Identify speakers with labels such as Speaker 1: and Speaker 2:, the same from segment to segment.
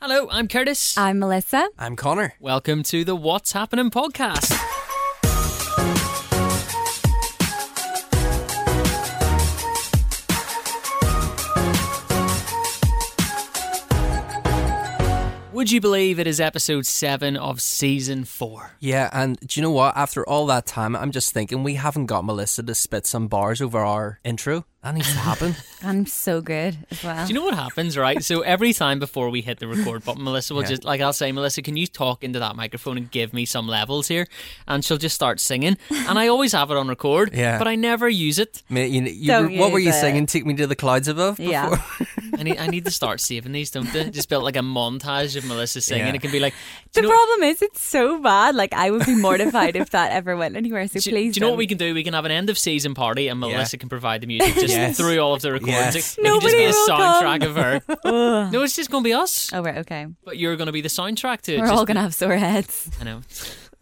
Speaker 1: Hello, I'm Curtis.
Speaker 2: I'm Melissa.
Speaker 3: I'm Connor.
Speaker 1: Welcome to the What's Happening podcast. Would you believe it is episode 7 of season 4?
Speaker 3: Yeah, and do you know what? After all that time, I'm just thinking we haven't got Melissa to spit some bars over our intro. That needs to happen.
Speaker 2: I'm so good as well.
Speaker 1: Do you know what happens, right? So every time before we hit the record button, Melissa will just like I'll say, Melissa, can you talk into that microphone and give me some levels here? And she'll just start singing. And I always have it on record,
Speaker 3: Yeah.
Speaker 1: but I never use it.
Speaker 3: Mate, you, you,
Speaker 2: Don't
Speaker 3: what were you
Speaker 2: use it.
Speaker 3: singing? Take me to the clouds above.
Speaker 2: Yeah.
Speaker 3: before?
Speaker 1: I need I need to start saving these, don't they? Just build like a montage of Melissa singing.
Speaker 3: Yeah.
Speaker 1: It can be like do
Speaker 2: the
Speaker 1: you know,
Speaker 2: problem is, it's so bad. Like, I would be mortified if that ever went anywhere. So
Speaker 1: do,
Speaker 2: please.
Speaker 1: do you know what
Speaker 2: don't.
Speaker 1: we can do? We can have an end of season party, and
Speaker 3: Yeah.
Speaker 1: Melissa can provide the music just
Speaker 3: Yes.
Speaker 1: through all of the recordings. It
Speaker 3: Yes.
Speaker 1: can just be
Speaker 2: Nobody
Speaker 1: a
Speaker 2: will
Speaker 1: soundtrack of her. no, it's just going to be us,
Speaker 2: Oh, right. Okay.
Speaker 1: but you're going to be the soundtrack to it.
Speaker 2: We're
Speaker 1: Just
Speaker 2: all going to have sore heads.
Speaker 1: I know.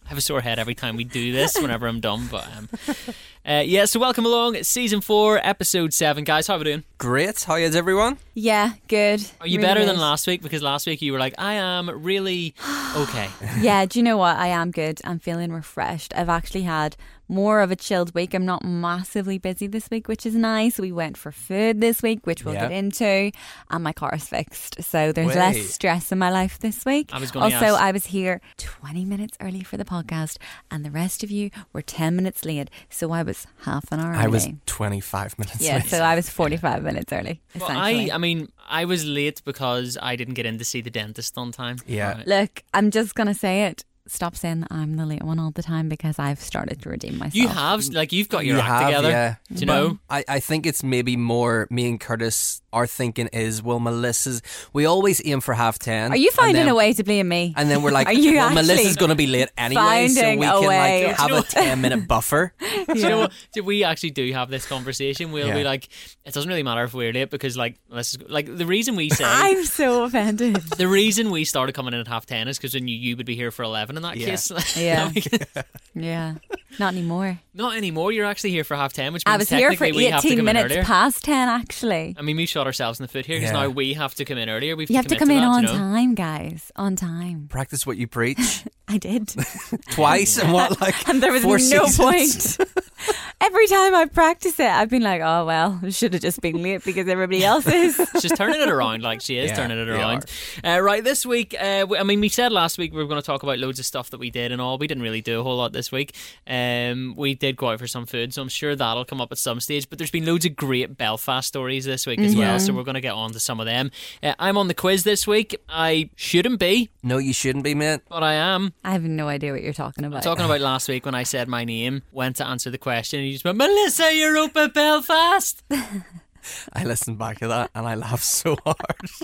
Speaker 1: I have a sore head every time we do this whenever I'm done, but um, uh, yeah, so welcome along. It's season four, episode seven. Guys, how are we doing?
Speaker 3: Great. How is everyone?
Speaker 2: Yeah. Good.
Speaker 1: Are you
Speaker 2: Really
Speaker 1: better than
Speaker 2: good.
Speaker 1: last week? Because last week you were like, I am really okay.
Speaker 2: Yeah. Do you know what? I am good. I'm feeling refreshed. I've actually had more of a chilled week. I'm not massively busy this week, which is nice. We went for food this week, which we'll
Speaker 3: Yeah.
Speaker 2: get into, and my car is fixed. So there's
Speaker 3: Way.
Speaker 2: less stress in my life this week.
Speaker 1: I was gonna
Speaker 2: also,
Speaker 1: ask-
Speaker 2: I was here 20 minutes early for the podcast, and the rest of you were 10 minutes late. So I was half an hour
Speaker 3: I
Speaker 2: early.
Speaker 3: was 25 minutes
Speaker 2: yeah,
Speaker 3: late.
Speaker 2: so I was 45 minutes early,
Speaker 1: Well,
Speaker 2: essentially.
Speaker 1: I, I mean, I was late because I didn't get in to see the dentist on time.
Speaker 3: Yeah.
Speaker 1: Right.
Speaker 2: Look, I'm just going to say it. Stop saying that I'm the late one all the time because I've started to redeem myself.
Speaker 1: You have, like, you've got your
Speaker 3: Oh. You
Speaker 1: act
Speaker 3: have,
Speaker 1: together.
Speaker 3: yeah.
Speaker 1: Do you know?
Speaker 3: I, I think it's maybe more me and Curtis, our thinking is, well, Melissa's, we always aim for half 10.
Speaker 2: Are you
Speaker 3: and
Speaker 2: finding
Speaker 3: then-
Speaker 2: a way to blame me?
Speaker 3: And then we're like,
Speaker 2: Are you
Speaker 3: well, Melissa's
Speaker 2: actually
Speaker 3: going to be late anyway, so we
Speaker 2: finding a
Speaker 3: can
Speaker 2: way?
Speaker 3: like have
Speaker 1: Do you
Speaker 3: a 10 minute buffer.
Speaker 1: Do you know what? Do- We actually do have this conversation. We'll be
Speaker 3: Yeah.
Speaker 1: like, it doesn't really matter if we're late because, like, let's like the reason we say
Speaker 2: I'm so offended.
Speaker 1: The reason we started coming in at half ten is because we knew you would be here for eleven. In that
Speaker 3: Yeah.
Speaker 1: case,
Speaker 2: Yeah.
Speaker 1: Like,
Speaker 2: yeah. Not anymore.
Speaker 1: not anymore. You're actually here for half ten, which means
Speaker 2: I was here for
Speaker 1: technically we have to
Speaker 2: 18
Speaker 1: come in
Speaker 2: minutes
Speaker 1: earlier. Oh,
Speaker 2: past 10, actually.
Speaker 1: I mean, we shot ourselves in the foot here because
Speaker 3: Yeah.
Speaker 1: now we have to come in earlier. We've
Speaker 2: You have to
Speaker 1: commit
Speaker 2: come in
Speaker 1: that,
Speaker 2: on
Speaker 1: you know?
Speaker 2: time, guys. On time.
Speaker 3: Practice what you preach
Speaker 2: I did.
Speaker 3: twice and what, like,
Speaker 2: And there was
Speaker 3: four
Speaker 2: no
Speaker 3: seasons?
Speaker 2: point. Every time I practice it, I've been like, oh, well, should have just been late because everybody else is.
Speaker 1: She's turning it around like she is
Speaker 3: Yeah,
Speaker 1: turning it
Speaker 3: we
Speaker 1: around. Uh, right, this week, uh, we, I mean, we said last week we were going to talk about loads of stuff that we did and all. We didn't really do a whole lot this week. Um, we did go out for some food, so I'm sure that'll come up at some stage. But there's been loads of great Belfast stories this week as well, so we're going to get on to some of them. Uh, I'm on the quiz this week. I shouldn't be,
Speaker 3: No, you shouldn't be, mate.
Speaker 1: but I am.
Speaker 2: I have no idea what you're talking about.
Speaker 1: Talking about last week when I said my name, went to answer the question, and you just went, Melissa Europa Belfast.
Speaker 3: I listened back to that and I laughed so hard.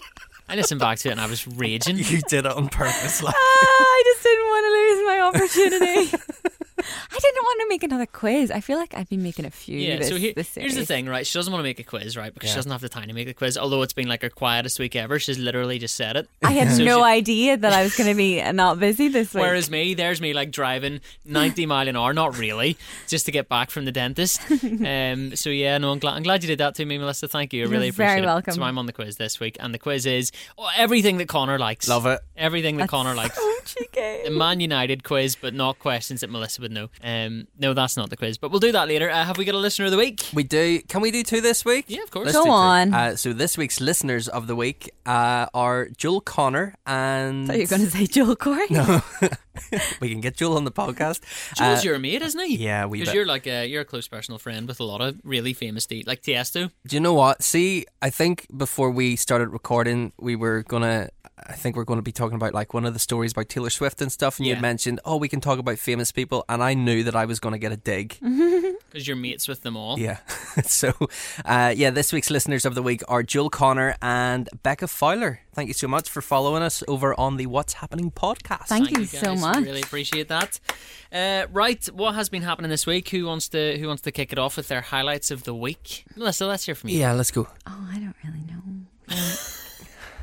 Speaker 1: I listened back to it and I was raging.
Speaker 3: you did it on purpose. Like,
Speaker 2: Ah, I just didn't want to lose my opportunity. I didn't want to make another quiz. I feel like I've been making a few.
Speaker 1: Yeah,
Speaker 2: this,
Speaker 1: so he-
Speaker 2: this
Speaker 1: here's the
Speaker 2: series.
Speaker 1: thing, right? She doesn't want to make a quiz, right? Because she
Speaker 3: Yeah.
Speaker 1: doesn't have the time to make a quiz. Although it's been like her quietest week ever, she's literally just said it.
Speaker 2: I had
Speaker 1: So
Speaker 2: no
Speaker 1: she-
Speaker 2: idea that I was going to be not busy this week.
Speaker 1: Whereas me, there's me like driving 90 mile an hour, not really, just to get back from the dentist. Um, so yeah, no, I'm glad, I'm glad you did that to me, Melissa. Thank you. I
Speaker 2: You're
Speaker 1: really
Speaker 2: very
Speaker 1: appreciate it.
Speaker 2: welcome.
Speaker 1: So I'm on the quiz this week, and the quiz is oh, everything that Connor likes.
Speaker 3: Love it.
Speaker 1: Everything that Connor likes.
Speaker 2: Oh, cheeky.
Speaker 1: The Man United quiz, but not questions that Melissa would know. Um, no, that's not the quiz, but we'll do that later. Uh, have we got a listener of the week?
Speaker 3: We do. Can we do two this week?
Speaker 1: Yeah, of course.
Speaker 3: do
Speaker 2: Go
Speaker 3: two.
Speaker 2: on.
Speaker 3: Uh, so this week's listeners of the week uh, are Joel Connor and
Speaker 2: Thought you were going to say Joel Corey. No.
Speaker 3: we can get Joel on the podcast.
Speaker 1: Joel's
Speaker 3: Uh,
Speaker 1: your mate, isn't he?
Speaker 3: yeah, we
Speaker 1: Because
Speaker 3: bet.
Speaker 1: you're like a, you're a close personal friend with a lot of really famous de- like Tiesto.
Speaker 3: do you know what? See, I think before we started recording, we were gonna. I think we're going to be talking about like one of the stories about Taylor Swift and stuff, and you
Speaker 1: Yeah.
Speaker 3: had mentioned, oh, we can talk about famous people, and I knew that I was going to get a dig.
Speaker 1: Mm-hmm. Because you're mates with them all.
Speaker 3: Yeah. so, uh, yeah, this week's listeners of the week are Joel Connor and Becca Fowler. Thank you so much for following us over on the What's Happening podcast.
Speaker 2: Thank you
Speaker 1: guys.
Speaker 2: so much.
Speaker 1: Really appreciate that. Uh, right, what has been happening this week? Who wants to who wants to kick it off with their highlights of the week? Melissa, let's hear from you.
Speaker 3: yeah, let's go.
Speaker 2: Oh, I don't really know.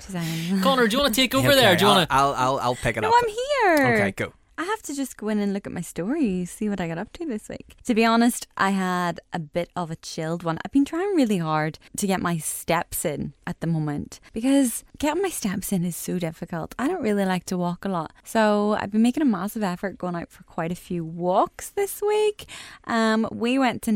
Speaker 2: She's angry.
Speaker 1: Connor, do you want to take over
Speaker 3: Okay,
Speaker 1: there? Do you
Speaker 3: I'll-
Speaker 1: want to?
Speaker 3: I'll, I'll, I'll pick it
Speaker 2: No,
Speaker 3: up.
Speaker 2: I'm here.
Speaker 3: Okay, go.
Speaker 2: I have to just go in and look at my stories, see what I got up to this week. To be honest, I had a bit of a chilled one. I've been trying really hard to get my steps in at the moment because getting my steps in is so difficult. I don't really like to walk a lot. So I've been making a massive effort going out for quite a few walks this week. Um, we went to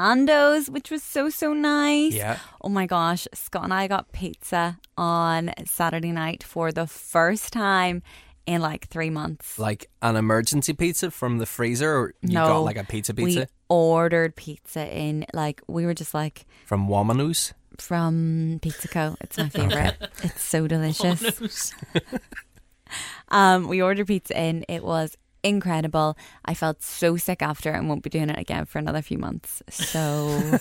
Speaker 2: Nando's, which was so, so nice.
Speaker 3: Yeah.
Speaker 2: Oh my gosh, Scott and I got pizza on Saturday night for the first time in like three months.
Speaker 3: Like an emergency pizza from the freezer, or you got like a pizza pizza
Speaker 2: We ordered pizza in like we were just like
Speaker 3: from Wamanu's?
Speaker 2: from Pizza Co. It's my favorite. it's so
Speaker 3: Oh,
Speaker 2: delicious. Um, we ordered pizza in. It was incredible. I felt so sick after and won't be doing it again for another few months. So,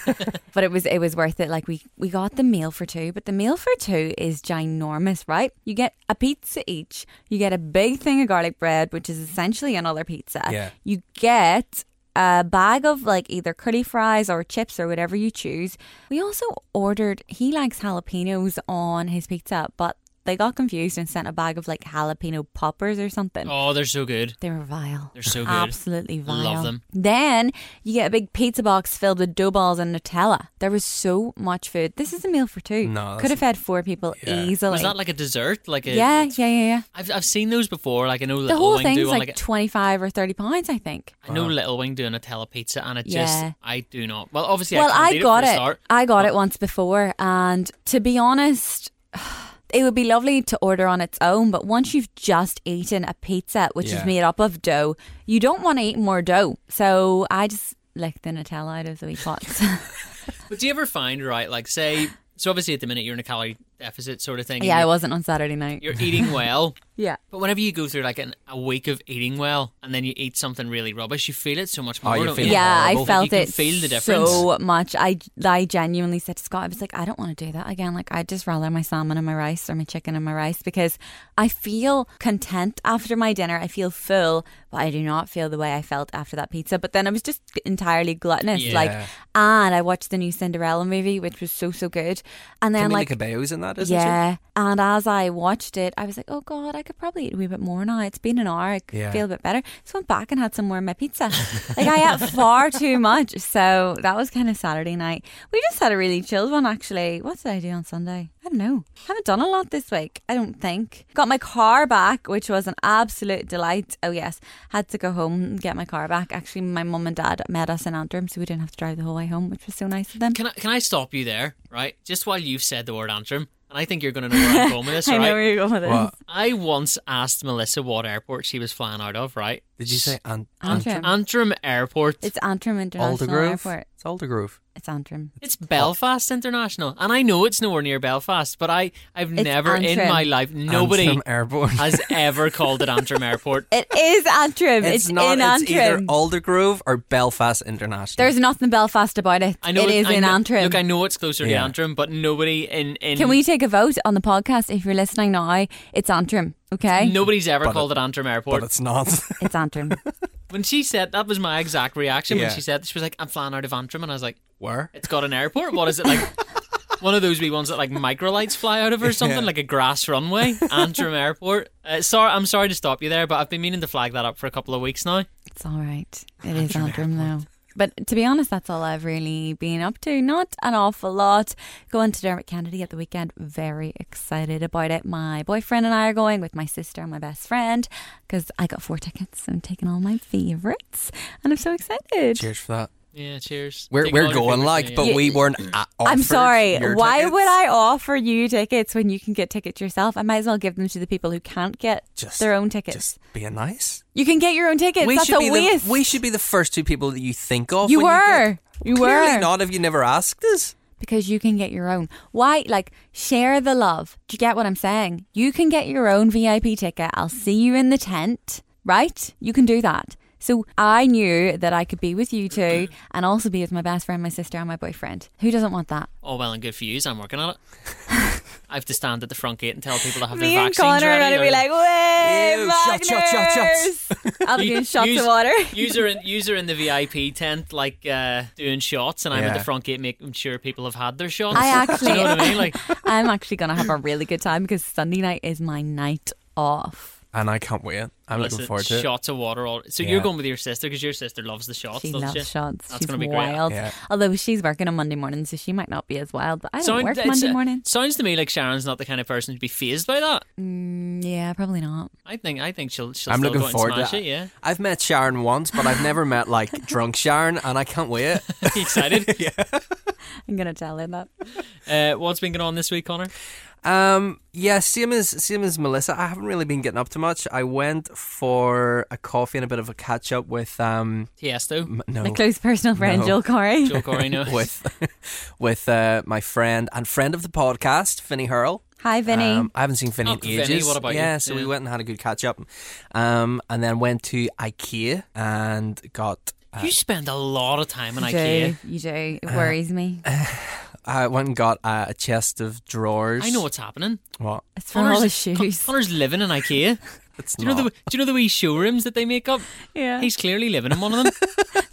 Speaker 2: but it was it was worth it. Like we we got the meal for two, but the meal for two is ginormous, right? You get a pizza each. You get a big thing of garlic bread, which is essentially another pizza.
Speaker 3: Yeah.
Speaker 2: You get a bag of like either curly fries or chips or whatever you choose. We also ordered, he likes jalapenos on his pizza, but they got confused and sent a bag of like jalapeno poppers or something.
Speaker 1: Oh, they're so good.
Speaker 2: They were vile.
Speaker 1: They're so good.
Speaker 2: Absolutely vile.
Speaker 1: Love them.
Speaker 2: Then you get a big pizza box filled with dough balls and Nutella. There was so much food. This is a meal for two.
Speaker 3: No, that's-
Speaker 2: Could have fed four people
Speaker 3: Yeah.
Speaker 2: easily.
Speaker 1: Was that like a dessert? Like a
Speaker 2: yeah, yeah, yeah, yeah.
Speaker 1: I've I've seen those before. Like I know
Speaker 2: The
Speaker 1: Little
Speaker 2: whole
Speaker 1: Wing do
Speaker 2: thing's
Speaker 1: one,
Speaker 2: like,
Speaker 1: like a-
Speaker 2: 25 or 30 pounds, I think.
Speaker 1: I know Little Wing doing a telepizza, and it
Speaker 2: Yeah.
Speaker 1: just I do not. Well, obviously,
Speaker 2: well,
Speaker 1: I, can't
Speaker 2: I
Speaker 1: eat
Speaker 2: got
Speaker 1: it. for a
Speaker 2: it.
Speaker 1: Start.
Speaker 2: I got it once before, and to be honest, it would be lovely to order on its own. But once you've just eaten a pizza, which
Speaker 3: Yeah.
Speaker 2: is made up of dough, you don't want to eat more dough. So I just licked the Nutella out of the wee pots.
Speaker 1: But do you ever find right, like say, so obviously at the minute you're in a calorie deficit sort of thing. and
Speaker 2: yeah, I
Speaker 1: you're,
Speaker 2: wasn't on Saturday night.
Speaker 1: You're eating well,
Speaker 2: Yeah.
Speaker 1: but whenever you go through like an, a week of eating well, and then you eat something really rubbish, you feel it so much
Speaker 3: Oh,
Speaker 1: more.
Speaker 3: you
Speaker 1: don't
Speaker 3: feel
Speaker 1: you?
Speaker 3: it.
Speaker 2: Yeah,
Speaker 3: horrible.
Speaker 2: I felt
Speaker 1: You can
Speaker 2: it
Speaker 1: feel the
Speaker 2: so
Speaker 1: difference.
Speaker 2: much. I, I genuinely said to Scott, I was like, I don't want to do that again. Like, I'd just rather my salmon and my rice or my chicken and my rice because I feel content after my dinner. I feel full, but I do not feel the way I felt after that pizza. But then I was just entirely gluttonous. Like,
Speaker 3: Yeah.
Speaker 2: and I watched the new Cinderella movie, which was so, so good. And then,
Speaker 3: Camila
Speaker 2: like,
Speaker 3: Cabello's in that, isn't
Speaker 2: yeah. And as I watched it, I was like, oh God, I could probably eat a wee bit more now. It's been an hour. I could
Speaker 3: Yeah.
Speaker 2: feel a bit better. So went back and had some more of my pizza. like I ate far too much. So that was kind of Saturday night. We just had a really chilled one actually. What did I do on Sunday? I don't know. Haven't done a lot this week, I don't think. Got my car back, which was an absolute delight. Oh yes. Had to go home and get my car back. Actually my mum and dad met us in Antrim so we didn't have to drive the whole way home, which was so nice of them.
Speaker 1: Can I can I stop you there, right? Just while you've said the word antrim, and I think you're going to know where I'm going with this,
Speaker 2: I
Speaker 1: right?
Speaker 2: know where you're going with
Speaker 3: it?
Speaker 2: this.
Speaker 3: What?
Speaker 1: I once asked Melissa what airport she was flying out of, right?
Speaker 3: Did you say Ant-
Speaker 2: Antrim.
Speaker 1: Antrim Airport. It's,
Speaker 2: It's Antrim International
Speaker 3: Aldergrove?
Speaker 2: Airport.
Speaker 3: It's Aldergrove.
Speaker 2: It's Antrim.
Speaker 1: Belfast International, and I know it's nowhere near Belfast, but I I've never in
Speaker 2: Antrim.
Speaker 1: my life nobody
Speaker 3: Antrim Airport.
Speaker 1: has ever called it Antrim Airport.
Speaker 2: It is Antrim. It's, in
Speaker 3: It's either
Speaker 2: Antrim.
Speaker 3: Aldergrove or Belfast International.
Speaker 2: There's nothing Belfast about it.
Speaker 1: I know
Speaker 2: it is
Speaker 1: I
Speaker 2: in
Speaker 1: know,
Speaker 2: Antrim.
Speaker 1: Look, I know it's closer to
Speaker 3: Yeah.
Speaker 1: Antrim, but nobody in in
Speaker 2: Can we take a vote on the podcast if you're listening now? It's Antrim, okay?
Speaker 1: nobody's ever
Speaker 3: But
Speaker 1: called it, Antrim Airport.
Speaker 3: but it's not.
Speaker 2: It's Antrim.
Speaker 1: when she said that was my exact reaction when
Speaker 3: Yeah.
Speaker 1: she said that, she was like, "I'm flying out of Antrim," and I was like,
Speaker 3: Where?
Speaker 1: "It's got an airport. What is it like?" One of those wee ones that like microlights fly out of or something,
Speaker 3: Yeah.
Speaker 1: like a grass runway, Antrim Airport. Uh, sorry, I'm sorry to stop you there, but I've been meaning to flag that up for a couple of weeks now.
Speaker 2: it's all right. It is Antrim, though. But to be honest, that's all I've really been up to. Not an awful lot. Going to Dermot Kennedy at the weekend. Very excited about it. My boyfriend and I are going with my sister and my best friend because I got four tickets. I'm taking all my favourites and I'm so excited.
Speaker 3: Cheers for that.
Speaker 1: Yeah, cheers.
Speaker 3: We're,
Speaker 1: Take
Speaker 3: we're
Speaker 1: all your
Speaker 3: going
Speaker 1: favourites,
Speaker 3: like,
Speaker 1: yeah,
Speaker 3: but
Speaker 1: yeah.
Speaker 2: You-
Speaker 3: we weren't. a-
Speaker 2: I'm
Speaker 3: offered
Speaker 2: sorry.
Speaker 3: your
Speaker 2: Why
Speaker 3: tickets.
Speaker 2: would I offer you tickets when you can get tickets yourself? I might as well give them to the people who can't get
Speaker 3: Just-
Speaker 2: their own tickets.
Speaker 3: Just being nice.
Speaker 2: you can get your own tickets. That's
Speaker 3: should
Speaker 2: a
Speaker 3: be
Speaker 2: waste.
Speaker 3: The, we should be the first two people that you think of.
Speaker 2: you
Speaker 3: when
Speaker 2: were. You,
Speaker 3: You, get-
Speaker 2: were.
Speaker 3: Clearly not. Have you never asked us?
Speaker 2: Because you can get your own. Why? Like, share the love. Do you get what I'm saying? You can get your own VIP ticket. I'll see you in the tent, right? You can do that. So I knew that I could be with you two and also be with my best friend, my sister, and my boyfriend. Who doesn't want that?
Speaker 1: All Oh, well and good for you. I'm working on it. I have to stand at the front gate and tell people to have
Speaker 2: Me
Speaker 1: their
Speaker 2: and
Speaker 1: vaccines
Speaker 2: Connor are
Speaker 1: ready.
Speaker 2: gonna be like, way
Speaker 3: Ew, shots, shots, shots, shots."
Speaker 2: I'll be doing shots of water.
Speaker 1: user in user in the VIP tent, like uh, doing shots, and I'm at
Speaker 3: Yeah.
Speaker 1: the front gate making sure people have had their shots.
Speaker 2: I
Speaker 1: Do you know what I
Speaker 2: actually,
Speaker 1: mean? Like,
Speaker 2: I'm actually gonna have a really good time because Sunday night is my night off.
Speaker 3: and I can't wait. I'm looking
Speaker 1: Listen,
Speaker 3: forward to it.
Speaker 1: shots of water. All so you're
Speaker 3: Yeah.
Speaker 1: going with your sister because your sister loves the shots.
Speaker 2: She
Speaker 1: doesn't
Speaker 2: loves
Speaker 1: she?
Speaker 2: shots.
Speaker 1: That's
Speaker 2: she's
Speaker 1: gonna be great.
Speaker 2: wild.
Speaker 3: Yeah.
Speaker 2: Although she's working on Monday morning, so she might not be as wild. But I don't
Speaker 1: Sound-
Speaker 2: work
Speaker 1: it's-
Speaker 2: Monday
Speaker 1: uh,
Speaker 2: morning.
Speaker 1: Sounds to me like Sharon's not the kind of person to be phased by that.
Speaker 2: Mm, yeah, probably not.
Speaker 1: I think I think she'll she'll
Speaker 3: I'm
Speaker 1: still
Speaker 3: looking
Speaker 1: go out
Speaker 3: forward
Speaker 1: and smash
Speaker 3: to
Speaker 1: it. Yeah,
Speaker 3: I've met Sharon once, but I've never met like drunk Sharon, and I can't wait.
Speaker 1: You excited.
Speaker 2: I'm gonna tell her that.
Speaker 1: uh, what's been going on this week, Connor?
Speaker 3: Um, yeah, same as same as Melissa. I haven't really been getting up to much. I went for a coffee and a bit of a catch up with um
Speaker 1: Tiesto,
Speaker 3: m- no
Speaker 2: My close personal friend
Speaker 3: No.
Speaker 2: Joel Corey.
Speaker 1: Joe Corino.
Speaker 3: with with uh, my friend and friend of the podcast, Finny Hurl.
Speaker 2: Hi, Vinny.
Speaker 3: Um, I haven't seen Finny
Speaker 1: Oh,
Speaker 3: in
Speaker 1: Vinny,
Speaker 3: ages.
Speaker 1: what about you?
Speaker 3: yeah, so we
Speaker 1: Yeah.
Speaker 3: went and had a good catch up, um, and then went to IKEA and got.
Speaker 1: you spend a lot of time in
Speaker 2: you
Speaker 1: IKEA.
Speaker 2: do. You do.
Speaker 3: Uh,
Speaker 2: It worries me.
Speaker 3: I went and got uh, a chest of drawers.
Speaker 1: I know what's happening.
Speaker 3: What?
Speaker 2: It's for all the
Speaker 1: Con-
Speaker 2: shoes.
Speaker 1: Connor's living in IKEA.
Speaker 3: It's
Speaker 1: Do you know the
Speaker 3: not.
Speaker 1: Do you know the wee showrooms that they make up?
Speaker 2: yeah.
Speaker 1: He's clearly living in one of them.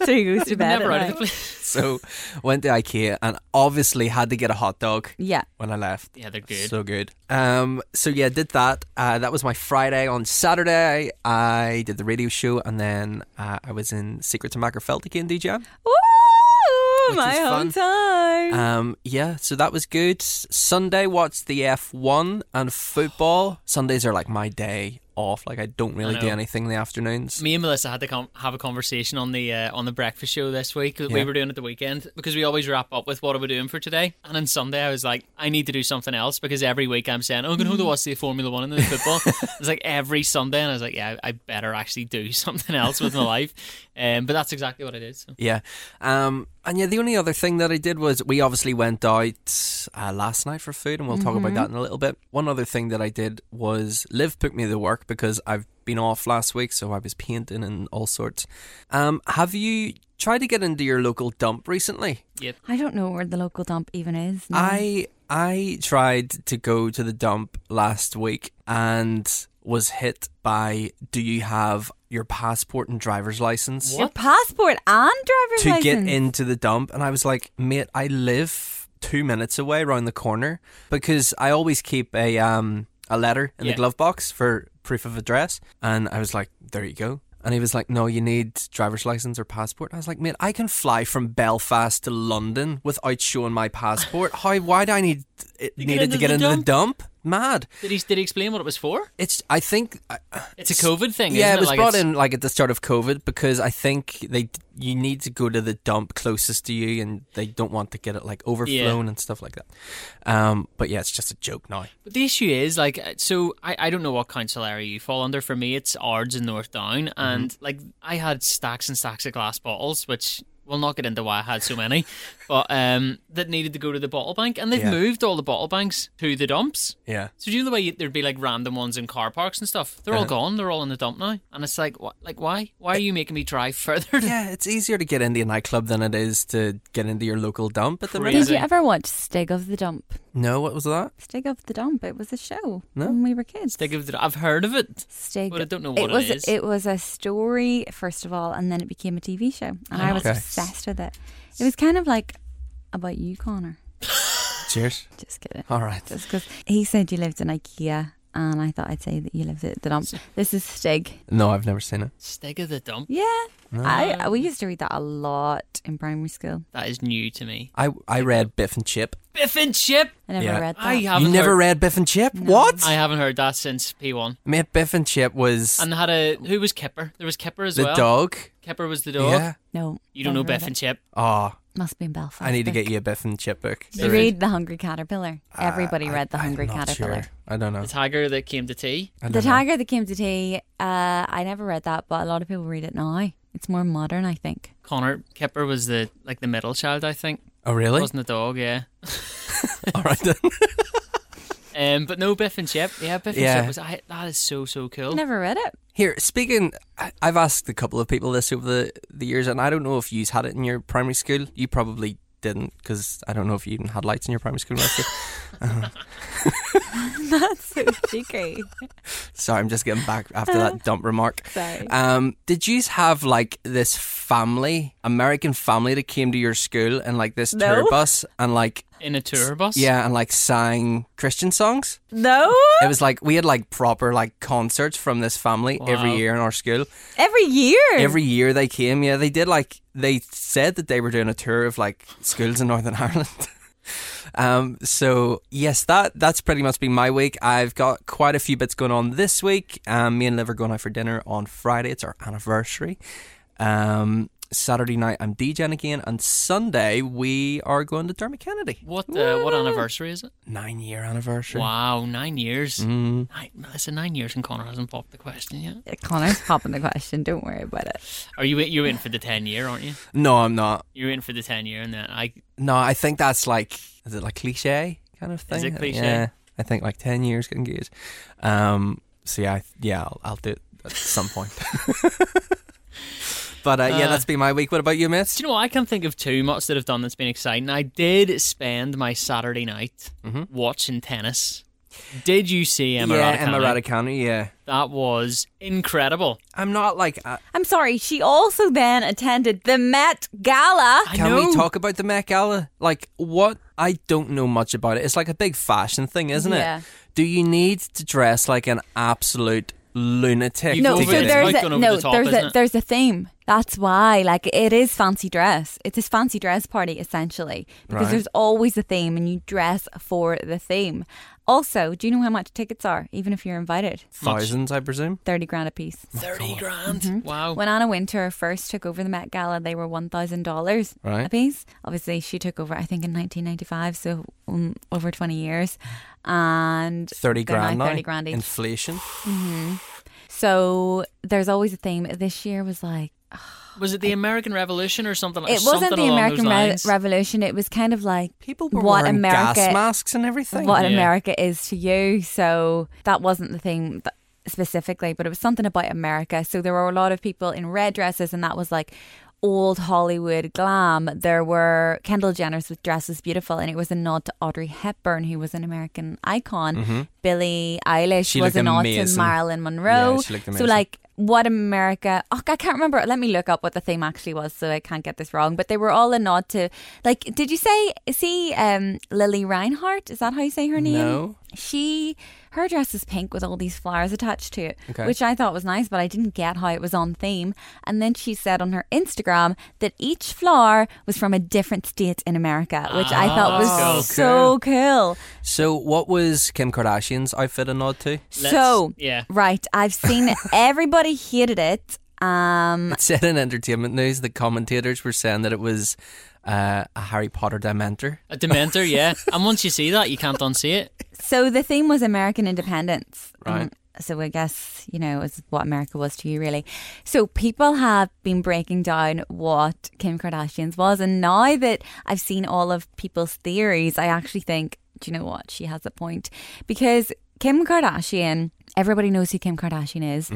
Speaker 2: so he goes to bed.
Speaker 1: Never
Speaker 2: at
Speaker 1: out of the
Speaker 2: night.
Speaker 1: place.
Speaker 3: so went to IKEA and obviously had to get a hot dog
Speaker 2: Yeah.
Speaker 3: when I left.
Speaker 1: Yeah, they're good.
Speaker 3: So good. Um, so yeah, did that. Uh, that was my Friday. On Saturday, I did the radio show, and then uh, I was in Secret to Macrofelt again, DJ.
Speaker 2: Ooh,
Speaker 3: Which
Speaker 2: my
Speaker 3: is
Speaker 2: home
Speaker 3: fun.
Speaker 2: time.
Speaker 3: Um, yeah, so that was good. S- Sunday, watched the F1 and football. Sundays are like my day off. Like I don't really
Speaker 1: I
Speaker 3: do
Speaker 1: know.
Speaker 3: anything in the afternoons.
Speaker 1: me and Melissa had to com- have a conversation on the uh, on the breakfast show this week. that We
Speaker 3: Yeah.
Speaker 1: were doing it the weekend because we always wrap up with what are we doing for today. And on Sunday, I was like, I need to do something else because every week I'm saying, oh, I'm going
Speaker 2: Mm-hmm.
Speaker 1: to watch the Formula One and then the football. it's like every Sunday, and I was like, yeah, I I better actually do something else with my life. Um, but that's exactly what I did. So.
Speaker 3: Yeah. Um, and yeah, the only other thing that I did was we obviously went out uh, last night for food, and we'll talk about that in a little bit. One other thing that I did was Liv put me to work because I've been off last week, so I was painting and all sorts. Um, have you tried to get into your local dump recently?
Speaker 2: I don't know where the local dump even is. now.
Speaker 3: I I tried to go to the dump last week and was hit by do you have your passport and driver's license?
Speaker 2: your passport and driver's
Speaker 3: to
Speaker 2: license.
Speaker 3: get into the dump and I was like, mate, I live two minutes away around the corner because I always keep a um a letter in
Speaker 1: Yeah.
Speaker 3: the glove box for proof of address and I was like, There you go. And he was like, No, you need driver's license or passport. I was like, mate, I can fly from Belfast to London without showing my passport. How why do I need it
Speaker 1: get
Speaker 3: needed
Speaker 1: into
Speaker 3: to get
Speaker 1: the
Speaker 3: into the dump? Mad.
Speaker 1: Did he did he explain what it was for?
Speaker 3: It's I think
Speaker 1: It's a COVID thing.
Speaker 3: yeah,
Speaker 1: isn't
Speaker 3: it was
Speaker 1: like
Speaker 3: brought
Speaker 1: it's-
Speaker 3: in like at the start of COVID because I think they you need to go to the dump closest to you, and they don't want to get it like overflown and stuff like that. Um, but yeah, it's just a joke now.
Speaker 1: But the issue is like uh, so I, I don't know what council area you fall under. For me it's Ards and North Down
Speaker 3: Mm-hmm.
Speaker 1: and like I had stacks and stacks of glass bottles, which we'll not get into why I had so many, but um that needed to go to the bottle bank and they've
Speaker 3: Yeah.
Speaker 1: moved all the bottle banks to the dumps.
Speaker 3: Yeah,
Speaker 1: So do you know the way you, there'd be like random ones in car parks and stuff? They're
Speaker 3: Uh-huh.
Speaker 1: all gone. They're all in the dump now, and it's like, what? Like, why? Why are you making me drive further? to-
Speaker 3: yeah, it's easier to get into a nightclub than it is to get into your local dump at the
Speaker 1: Crazy.
Speaker 3: minute.
Speaker 2: Did
Speaker 1: Amazing.
Speaker 2: you ever watch Stig of the Dump?
Speaker 3: No, what was that?
Speaker 2: Stig of the Dump. It was a show
Speaker 3: No.
Speaker 2: when we were kids.
Speaker 1: Think of the- I've heard of it.
Speaker 2: Stig.
Speaker 1: But I don't know
Speaker 2: it
Speaker 1: what it
Speaker 2: was.
Speaker 1: is.
Speaker 2: was a story first of all, and then it became a TV show, and I was
Speaker 3: Okay.
Speaker 2: obsessed with it. It was kind of like about you, Connor.
Speaker 3: Cheers.
Speaker 2: Just kidding.
Speaker 3: All right.
Speaker 2: Just because he said you lived in IKEA, and I thought I'd say that you lived at the dump. This is Stig.
Speaker 3: No, I've never seen it.
Speaker 1: Stig of the dump.
Speaker 2: Yeah,
Speaker 3: No.
Speaker 2: I we used to read that a lot in primary school.
Speaker 1: That is new to me.
Speaker 3: I I read Biff and Chip.
Speaker 1: Biff and Chip.
Speaker 2: I never
Speaker 3: Yeah.
Speaker 2: read that.
Speaker 1: I haven't
Speaker 3: You never
Speaker 1: heard-
Speaker 3: read Biff and Chip? What?
Speaker 1: I haven't heard that since P1.
Speaker 3: Mate, Biff and Chip was
Speaker 1: And had a who was Kipper? There was Kipper as
Speaker 3: the
Speaker 1: well.
Speaker 3: dog.
Speaker 1: Kipper was the dog.
Speaker 3: Yeah.
Speaker 2: no,
Speaker 1: You don't know
Speaker 2: never read
Speaker 1: Biff and
Speaker 2: it.
Speaker 1: Chip.
Speaker 3: Oh,
Speaker 2: Must be in Belfast.
Speaker 3: I need to
Speaker 2: book.
Speaker 3: get you a Biff and Chip book.
Speaker 2: You read The Hungry Caterpillar.
Speaker 3: Uh,
Speaker 2: Everybody read The Hungry Caterpillar.
Speaker 3: I don't know.
Speaker 1: The tiger that came to tea.
Speaker 3: I
Speaker 2: The
Speaker 3: don't know.
Speaker 2: Tiger That Came to Tea, uh, I never read that, but a lot of people read it now. It's more modern, I think.
Speaker 1: Connor Kipper was the like the middle child, I think.
Speaker 3: Oh, really?
Speaker 1: Wasn't a dog, yeah.
Speaker 3: All right then.
Speaker 1: Um, but no Biff and Chip. Yeah, Biff
Speaker 3: Yeah.
Speaker 1: and Chip was. I, that is so so cool.
Speaker 2: Never read it.
Speaker 3: Here, speaking, I- I've asked a couple of people this over the, the years, and I don't know if you've had it in your primary school. You probably didn't, because I don't know if you even had lights in your primary school. Matthew.
Speaker 2: That's so cheeky.
Speaker 3: Sorry, I'm just getting back after that dump remark.
Speaker 2: Sorry.
Speaker 3: Um, did you have like this family, American family, that came to your school and like this
Speaker 2: No.
Speaker 3: tour bus and like
Speaker 1: in a tour bus.
Speaker 3: Yeah, and like sang Christian songs.
Speaker 2: No.
Speaker 3: It was like we had like proper like concerts from this family every
Speaker 1: Wow.
Speaker 3: year in our school.
Speaker 2: Every year.
Speaker 3: Every year they came. Yeah, they did like they said that they were doing a tour of like schools in Northern Ireland. um, so yes, that that's pretty much been my week. I've got quite a few bits going on this week. Um, me and Liv are going out for dinner on Friday. It's our anniversary. Um, Saturday night I'm DJing again, and Sunday we are going to Dermot Kennedy.
Speaker 1: What uh, what anniversary is it?
Speaker 3: Nine year anniversary.
Speaker 1: Wow, nine years.
Speaker 3: Mm.
Speaker 1: Nine, listen, nine years and Connor hasn't popped the question yet.
Speaker 2: Connor's popping the question. Don't worry about it.
Speaker 1: Are you you're in for the ten year, aren't you?
Speaker 3: No, I'm not.
Speaker 1: You're in for the ten year, and then I
Speaker 3: No, I think that's like is it like cliche kind of thing?
Speaker 1: Is it cliche?
Speaker 3: Yeah, I think like ten years getting engaged. Um, so yeah, I, yeah, I'll, I'll do it at some point. but uh, yeah,
Speaker 1: Uh,
Speaker 3: that's been my week. What about you, Miss?
Speaker 1: Do you know what? I can't think of too much that I've done that's been exciting. I did spend my Saturday night
Speaker 3: Mhm.
Speaker 1: watching tennis. Did you see Emma
Speaker 3: yeah,
Speaker 1: Raducanu?
Speaker 3: Emma Raducanu. Yeah,
Speaker 1: That was incredible.
Speaker 3: I'm not like. Uh,
Speaker 2: I'm sorry. She also then attended the Met Gala.
Speaker 1: I
Speaker 3: can
Speaker 1: know.
Speaker 3: we talk about the Met Gala? Like what? I don't know much about it. It's like a big fashion thing, isn't
Speaker 2: Yeah.
Speaker 3: it? Do you need to dress like an absolute lunatic?
Speaker 1: You
Speaker 2: No,
Speaker 1: go
Speaker 3: to
Speaker 1: over
Speaker 2: so
Speaker 3: get
Speaker 1: the
Speaker 3: in?
Speaker 2: there's
Speaker 1: It's like
Speaker 2: a,
Speaker 1: going over
Speaker 2: no,
Speaker 1: the top,
Speaker 2: there's
Speaker 1: isn't
Speaker 2: a
Speaker 1: it?
Speaker 2: there's a theme. That's why, like, it is fancy dress. It's this fancy dress party essentially because
Speaker 3: Right.
Speaker 2: there's always a theme, and you dress for the theme. Also, do you know how much tickets are? Even if you're invited,
Speaker 3: thousands, I presume.
Speaker 2: thirty grand a piece.
Speaker 1: Thirty grand. Mm-hmm. Wow.
Speaker 2: When Anna Winter first took over the Met Gala, they were one thousand dollars
Speaker 3: Right.
Speaker 2: a piece. Obviously, she took over, I think, in 1995, so um, over 20 years, and
Speaker 3: 30
Speaker 2: they're now
Speaker 3: grand now.
Speaker 2: 30 grand each.
Speaker 3: Inflation.
Speaker 2: So there's always a theme. This year was like.
Speaker 1: Was it the American Revolution or something?
Speaker 2: it wasn't
Speaker 1: something
Speaker 2: the
Speaker 1: along
Speaker 2: American
Speaker 1: those
Speaker 2: Re-
Speaker 1: lines?
Speaker 2: Revolution. It was kind of like
Speaker 3: People were
Speaker 2: what
Speaker 3: wearing
Speaker 2: America,
Speaker 3: gas masks and everything.
Speaker 2: what
Speaker 1: Yeah.
Speaker 2: America is to you. So that wasn't the thing that specifically, but it was something about America. So there were a lot of people in red dresses, and that was like old Hollywood glam. There were Kendall Jenner's with dresses beautiful, and it was a nod to Audrey Hepburn, who was an American icon. Billie Eilish
Speaker 3: Mm-hmm. She
Speaker 2: was
Speaker 3: looked
Speaker 2: a nod to
Speaker 3: amazing.
Speaker 2: Marilyn Monroe.
Speaker 3: Yeah, she looked
Speaker 2: so
Speaker 3: amazing.
Speaker 2: like what America? Oh, I can't remember. Let me look up what the theme actually was, so I can't get this wrong. But they were all a nod to, like, did you say see um, Lily Reinhardt? Is that how you say her name?
Speaker 3: No.
Speaker 2: She her dress is pink with all these flowers attached to it,
Speaker 3: Okay.
Speaker 2: which I thought was nice, but I didn't get how it was on theme. And then she said on her Instagram that each flower was from a different state in America, which I thought was
Speaker 1: Ah, that's
Speaker 2: so cool.
Speaker 3: So, what was Kim Kardashian's outfit a nod to?
Speaker 1: Let's-
Speaker 2: so
Speaker 1: yeah.
Speaker 2: right, I've seen it. everybody hated it. Um,
Speaker 3: It said in entertainment news the commentators were saying that it was uh, a Harry Potter Dementor.
Speaker 1: A Dementor, yeah. and once you see that, you can't unsee it.
Speaker 2: so the theme was American independence.
Speaker 3: Right.
Speaker 2: Um, so I guess, you know, it's what America was to you really. So people have been breaking down what Kim Kardashian's was and now that I've seen all of people's theories, I actually think, do you know what? She has a point because Kim Kardashian, everybody knows who Kim Kardashian is.